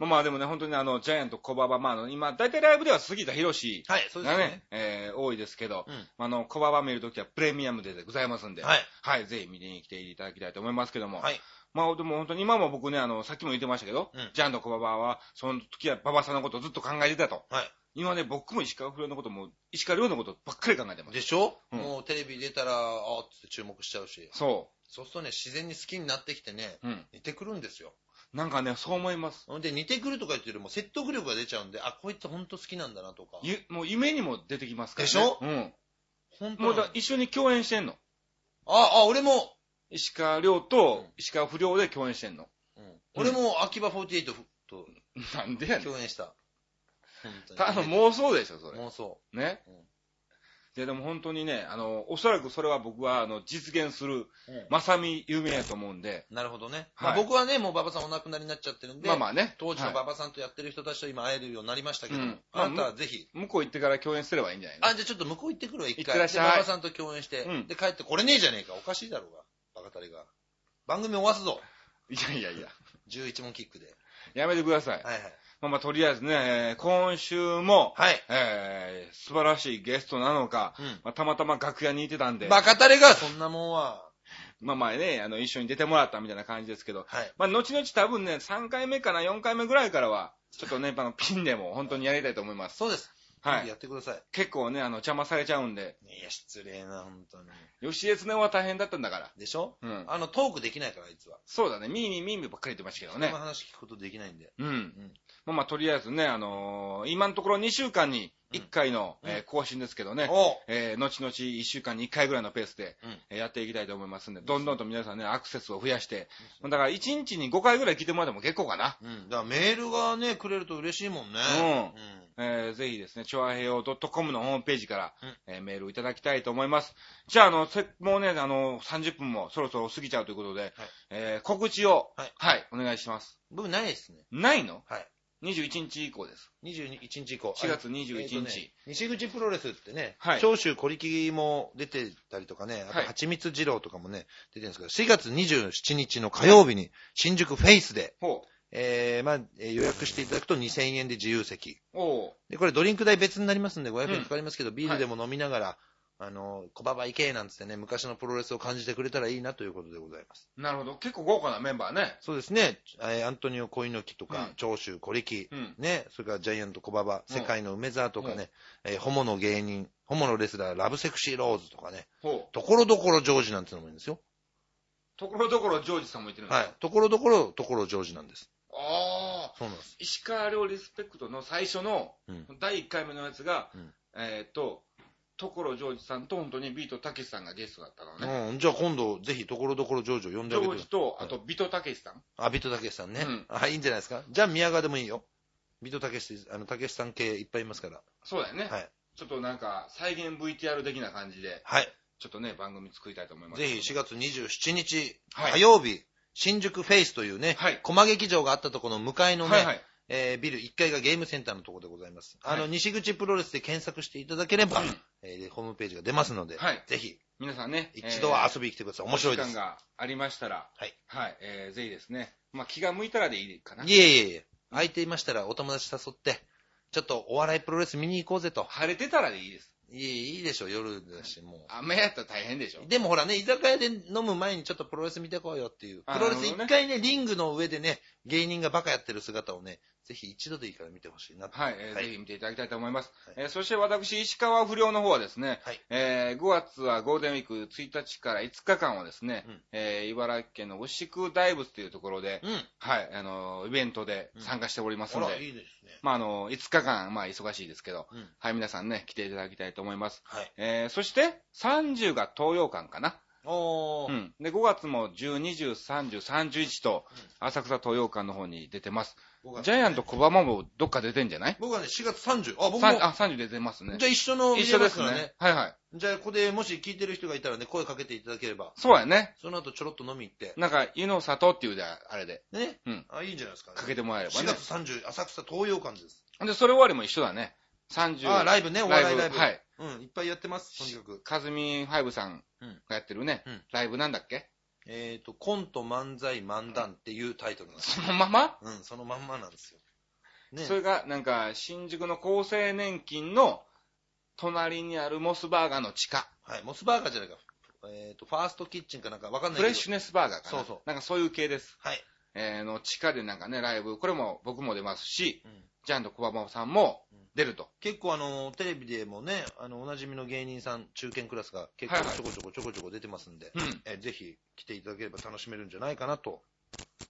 Speaker 1: まあまあでもね、本当にあの、ジャイアント小馬場、まああの、今、大体ライブでは杉田博士
Speaker 2: はい、そうで
Speaker 1: が
Speaker 2: す
Speaker 1: ね
Speaker 2: よね。、
Speaker 1: えー、多いですけど、
Speaker 2: うん
Speaker 1: あの、小馬場見るときはプレミアムデーでございますんで、
Speaker 2: はい。
Speaker 1: はい、ぜひ見に来ていただきたいと思いますけども。
Speaker 2: はい。
Speaker 1: まあでも本当に今も僕ね、あの、さっきも言ってましたけど、
Speaker 2: うん
Speaker 1: ジャンと小ババは、その時は馬場さんのことをずっと考えてたと。
Speaker 2: はい
Speaker 1: 今ね、僕も石川不良のことも、石川遼のことばっかり考えてます。
Speaker 2: でしょ、
Speaker 1: うん
Speaker 2: もうテレビ出たら、あーっつって注目しちゃうし。
Speaker 1: そ
Speaker 2: そうするとね、自然に好きになってきてね、
Speaker 1: う。うん。
Speaker 2: 似てくるんですよ。
Speaker 1: なんかね、そう思います。
Speaker 2: ほんで、似てくるとか言ってるよりも説得力が出ちゃうんで、あ、こいつ本当好きなんだなとか。
Speaker 1: ゆ、もう夢にも出てきますから、ね。
Speaker 2: でしょ
Speaker 1: うん。
Speaker 2: 本当
Speaker 1: もう
Speaker 2: なの
Speaker 1: だ一緒に共演してんの。
Speaker 2: あ、あ、俺も、
Speaker 1: 石川遼と石川不良で共演してんの。
Speaker 2: うん俺も秋葉48と
Speaker 1: なんでやねん。
Speaker 2: 共演した。本当に
Speaker 1: ただ妄想でしょ、それ。
Speaker 2: 妄想。
Speaker 1: ね
Speaker 2: うん。
Speaker 1: いや、でも本当にね、あの、おそらくそれは僕は、あの、実現する、
Speaker 2: うん
Speaker 1: まさみ有名やと思うんで、
Speaker 2: なるほどね。
Speaker 1: はい
Speaker 2: まあ、僕はね、もう馬場さんお亡くなりになっちゃってるんで、
Speaker 1: まあまあね。
Speaker 2: 当時の
Speaker 1: はい
Speaker 2: 馬場さんとやってる人たちと今会えるようになりましたけど、
Speaker 1: うん
Speaker 2: あなたはぜひ、
Speaker 1: 向こう行ってから共演すればいいんじゃないの
Speaker 2: あ、じゃあちょっと向こう行ってくるわ、一
Speaker 1: 行って
Speaker 2: 回。
Speaker 1: ら
Speaker 2: で
Speaker 1: っしゃい
Speaker 2: 馬場さんと共演して、
Speaker 1: うん
Speaker 2: で、帰ってこれねえじゃねえか。おかしいだろうが、バカタレが。番組終わすぞ。
Speaker 1: いやいやいや。
Speaker 2: 11問キックで。
Speaker 1: やめてください。
Speaker 2: はいはい。
Speaker 1: まあまあ、とりあえずね、えー今週も、
Speaker 2: はい。
Speaker 1: えー、素晴らしいゲストなのか、
Speaker 2: うん
Speaker 1: まあ、たまたま楽屋にいてたんで、
Speaker 2: バカタレが、そんなもんは。
Speaker 1: まあまあね、あの、一緒に出てもらったみたいな感じですけど、
Speaker 2: はい。
Speaker 1: まあ、後々多分ね、3回目かな、4回目ぐらいからは、ちょっとね、あの、ピンでも本当にやりたいと思います。
Speaker 2: そうです。
Speaker 1: は
Speaker 2: や
Speaker 1: い。
Speaker 2: ってください。
Speaker 1: 結構ね、あの、邪魔されちゃうんで、
Speaker 2: いや、失礼な、本当に。
Speaker 1: 吉江恒は大変だったんだから。
Speaker 2: でしょ
Speaker 1: うん。
Speaker 2: あの、トークできないから、あいつは。
Speaker 1: そうだね、ミーミーミーミーばっかり言ってましたけど
Speaker 2: そん
Speaker 1: ね
Speaker 2: な。話聞くことできないんで。
Speaker 1: うん。
Speaker 2: ん
Speaker 1: まあまあ、とりあえずね、あのー今のところ2週間に1回の、
Speaker 2: うん
Speaker 1: えー更新ですけどね、
Speaker 2: おう
Speaker 1: えー後々1週間に1回ぐらいのペースで、
Speaker 2: うん
Speaker 1: えーやっていきたいと思いますんで、どんどんと皆さんね、アクセスを増やして、だから1日に5回ぐらい聞いてもらっても結構かな。
Speaker 2: うん。だからメールがね、くれると嬉しいもんね。
Speaker 1: うんえーぜひですね、チョアヘオ .com のホームページから、
Speaker 2: うん
Speaker 1: ええーメールをいただきたいと思います。じゃあ、あの、せもうね、あの、30分もそろそろ過ぎちゃうということで、えー告知を、
Speaker 2: はい
Speaker 1: はい、お願いします。
Speaker 2: 僕ないですね。
Speaker 1: ないの
Speaker 2: はい。
Speaker 1: 21日以降です。
Speaker 2: 21日以降。
Speaker 1: 4月
Speaker 2: あれ
Speaker 1: 21日。
Speaker 2: えーとね西口プロレスってね、
Speaker 1: はい
Speaker 2: 長州小力も出てたりとかね、あと
Speaker 1: はい
Speaker 2: 蜂蜜二郎とかもね、出てるんですけど、4月27日の火曜日に、新宿フェイスで、
Speaker 1: ほ
Speaker 2: えー、まあ、えー予約していただくと2000円で自由席。
Speaker 1: う。おう。
Speaker 2: で、これドリンク代別になりますんで500
Speaker 1: うん
Speaker 2: 円かかりますけど、ビールでも飲みながら、あの、小馬場行けなんつってね、昔のプロレスを感じてくれたらいいなということでございます。
Speaker 1: なるほど。結構豪華なメンバーね。
Speaker 2: そうですね、えーアントニオ・コイノキとか、
Speaker 1: うん
Speaker 2: 長州小力、
Speaker 1: うん。
Speaker 2: ね、それからジャイアント・コババ、
Speaker 1: うん
Speaker 2: 世界の梅沢とかね、えーホモの芸人、ホモのレスラー、ラブセクシーローズとかね、
Speaker 1: ほう。
Speaker 2: ところどころジョージなんてのもいいんですよ。
Speaker 1: ところどころジョージさんも言ってるんです
Speaker 2: はい。ところどころ、ところジョージなんです。
Speaker 1: ああ。
Speaker 2: そうなんです。
Speaker 1: 石川遼リスペクトの最初の、
Speaker 2: うん
Speaker 1: 第1回目のやつが、
Speaker 2: うん
Speaker 1: えーっと、ところジョージさんと本当にビートたけしさんがゲストだったのね。
Speaker 2: うん、じゃあ今度、ぜひ、ところどころジョージを呼
Speaker 1: ジ
Speaker 2: んであ
Speaker 1: ョー
Speaker 2: げてくださ
Speaker 1: ジ
Speaker 2: い。
Speaker 1: と、あとビトたけしさん。
Speaker 2: あ、ビートたけしさんね。
Speaker 1: うん
Speaker 2: あ、いいんじゃないですか。じゃあ宮川でもいいよ。ビートたけし、あの、たけしさん系いっぱいいますから。
Speaker 1: そうだよね。
Speaker 2: はい
Speaker 1: ちょっとなんか、再現 VTR 的な感じで、
Speaker 2: はい。
Speaker 1: ちょっとね、番組作りたいと思います。
Speaker 2: ぜひ、4月27日、
Speaker 1: はい
Speaker 2: 火曜日、新宿フェイスというね、
Speaker 1: はい
Speaker 2: 駒劇場があったところの向かいのね、
Speaker 1: はいはい。
Speaker 2: えービル1階がゲームセンターのところでございます。あの、
Speaker 1: はい
Speaker 2: 西口プロレスで検索していただければ、
Speaker 1: うん
Speaker 2: えーホームページが出ますので、
Speaker 1: はい
Speaker 2: ぜひ、
Speaker 1: 皆さんね、
Speaker 2: 一度は遊びに来てください。面白いで
Speaker 1: お時
Speaker 2: す。
Speaker 1: 間がありましたら、
Speaker 2: はい。
Speaker 1: はい、えー、ぜひですね、まあ、気が向いたらでいいかな。
Speaker 2: いえいえいえ、空いていましたらお友達誘って、ちょっとお笑いプロレス見に行こうぜと。
Speaker 1: 晴れてたらでいいです。
Speaker 2: いえ、いいでしょ、夜だし、も
Speaker 1: 雨やったら大変でしょ
Speaker 2: う。。でもほらね、居酒屋で飲む前にちょっとプロレス見てこうよっていう。
Speaker 1: あー
Speaker 2: プロレス
Speaker 1: なるほどね
Speaker 2: 一回ね、リングの上でね、芸人がバカやってる姿をね、ぜひ一度でいいから見てほしいなと。
Speaker 1: はい、えー
Speaker 2: はい
Speaker 1: ぜひ見ていただきたいと思います。
Speaker 2: はい
Speaker 1: えーそして私、石川不良の方はですね、
Speaker 2: はい
Speaker 1: えー5月はゴールデンウィーク1日から5日間はですね、
Speaker 2: うん
Speaker 1: えー茨城県の牛久大仏というところで、
Speaker 2: うん。
Speaker 1: はい、あのーイベントで参加しております
Speaker 2: あ
Speaker 1: の
Speaker 2: ら
Speaker 1: で、、
Speaker 2: いいですね。
Speaker 1: まあ、あのー5日間、まあ、忙しいですけど、
Speaker 2: うん
Speaker 1: はい、皆さんね、来ていただきたいと思います。
Speaker 2: はい。
Speaker 1: えーそして、30が東洋館かな。
Speaker 2: お
Speaker 1: う
Speaker 2: ー。
Speaker 1: ん。で、5月も10、20、30、31と、浅草東洋館の方に出てます。
Speaker 2: 僕は
Speaker 1: ジャイアント小浜もどっか出てんじゃない
Speaker 2: 僕はね、4月30。あ、僕も。
Speaker 1: さんあ、30出てますね
Speaker 2: じ。ゃあ一緒の見
Speaker 1: 一
Speaker 2: れ
Speaker 1: 緒
Speaker 2: ま
Speaker 1: ですす
Speaker 2: からね。
Speaker 1: ね。はいはい。
Speaker 2: じゃあここでもし聞いてる人がいたらね、声かけていただければ、
Speaker 1: そうやね。
Speaker 2: その後ちょろっと飲み行って。
Speaker 1: なんか、湯の里っていうで、あれで、
Speaker 2: ね。
Speaker 1: うん
Speaker 2: あ、いいんじゃないですか、
Speaker 1: かけてもらえれば
Speaker 2: 4
Speaker 1: ね。
Speaker 2: 月30、浅草東洋館です。
Speaker 1: で、それ終わりも一緒だね。30。
Speaker 2: あ、ライブね、お笑いライブ。
Speaker 1: はい。。
Speaker 2: うん、いっぱいやってます、とにかく。
Speaker 1: かずみファイブさん
Speaker 2: うん
Speaker 1: がやってるね、
Speaker 2: うん
Speaker 1: ライブなんだっけ
Speaker 2: えっ、と、コント、漫才、漫談っていうタイトルなんです
Speaker 1: そのまま、
Speaker 2: よ。うん、そのまんまなんですよ。ね。
Speaker 1: それが、なんか、新宿の厚生年金の隣にあるモスバーガーの地下。
Speaker 2: はい、モスバーガーじゃないか。えっ、と、ファーストキッチンかなんかわかんな
Speaker 1: フ
Speaker 2: いけど。
Speaker 1: レッシュネスバーガーかな。
Speaker 2: そうそう
Speaker 1: なんかそういう系です。
Speaker 2: はい。
Speaker 1: えー、の、地下でなんかね、ライブ、これも僕も出ますし、
Speaker 2: うん
Speaker 1: ジャンと小浜さんも出ると。
Speaker 2: 結構あの、テレビでもね、あの、おなじみの芸人さん、中堅クラスが結
Speaker 1: はいは
Speaker 2: 構
Speaker 1: い
Speaker 2: ちょこちょこちょこちょこ出てますんで、
Speaker 1: うん。
Speaker 2: えぜひ来ていただければ楽しめるんじゃないかなと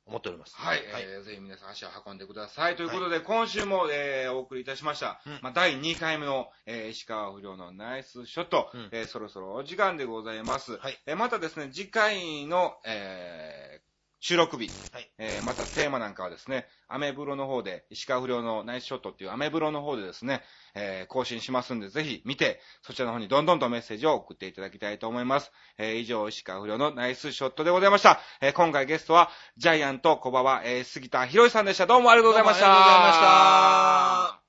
Speaker 2: 思っております。
Speaker 1: はい、えーぜひ皆さん足を運んでください。ということで、今週も、えーお送りいたしました。
Speaker 2: うん
Speaker 1: まあ、第2回目の、えー石川不良のナイスショット、
Speaker 2: うん
Speaker 1: えーそろそろお時間でございます。
Speaker 2: はい
Speaker 1: えーまたですね、次回の、えー収録日、
Speaker 2: はい
Speaker 1: えーまたテーマなんかはですね、アメブロの方で、石川不良のナイスショットっていうアメブロの方でですね、えー更新しますんで、ぜひ見て、そちらの方にどんどんとメッセージを送っていただきたいと思います。えー以上、石川不良のナイスショットでございました。えー今回ゲストは、ジャイアント小馬場、えー杉田博さんでした。どうもありがとうございました。
Speaker 2: どうもありがとうございました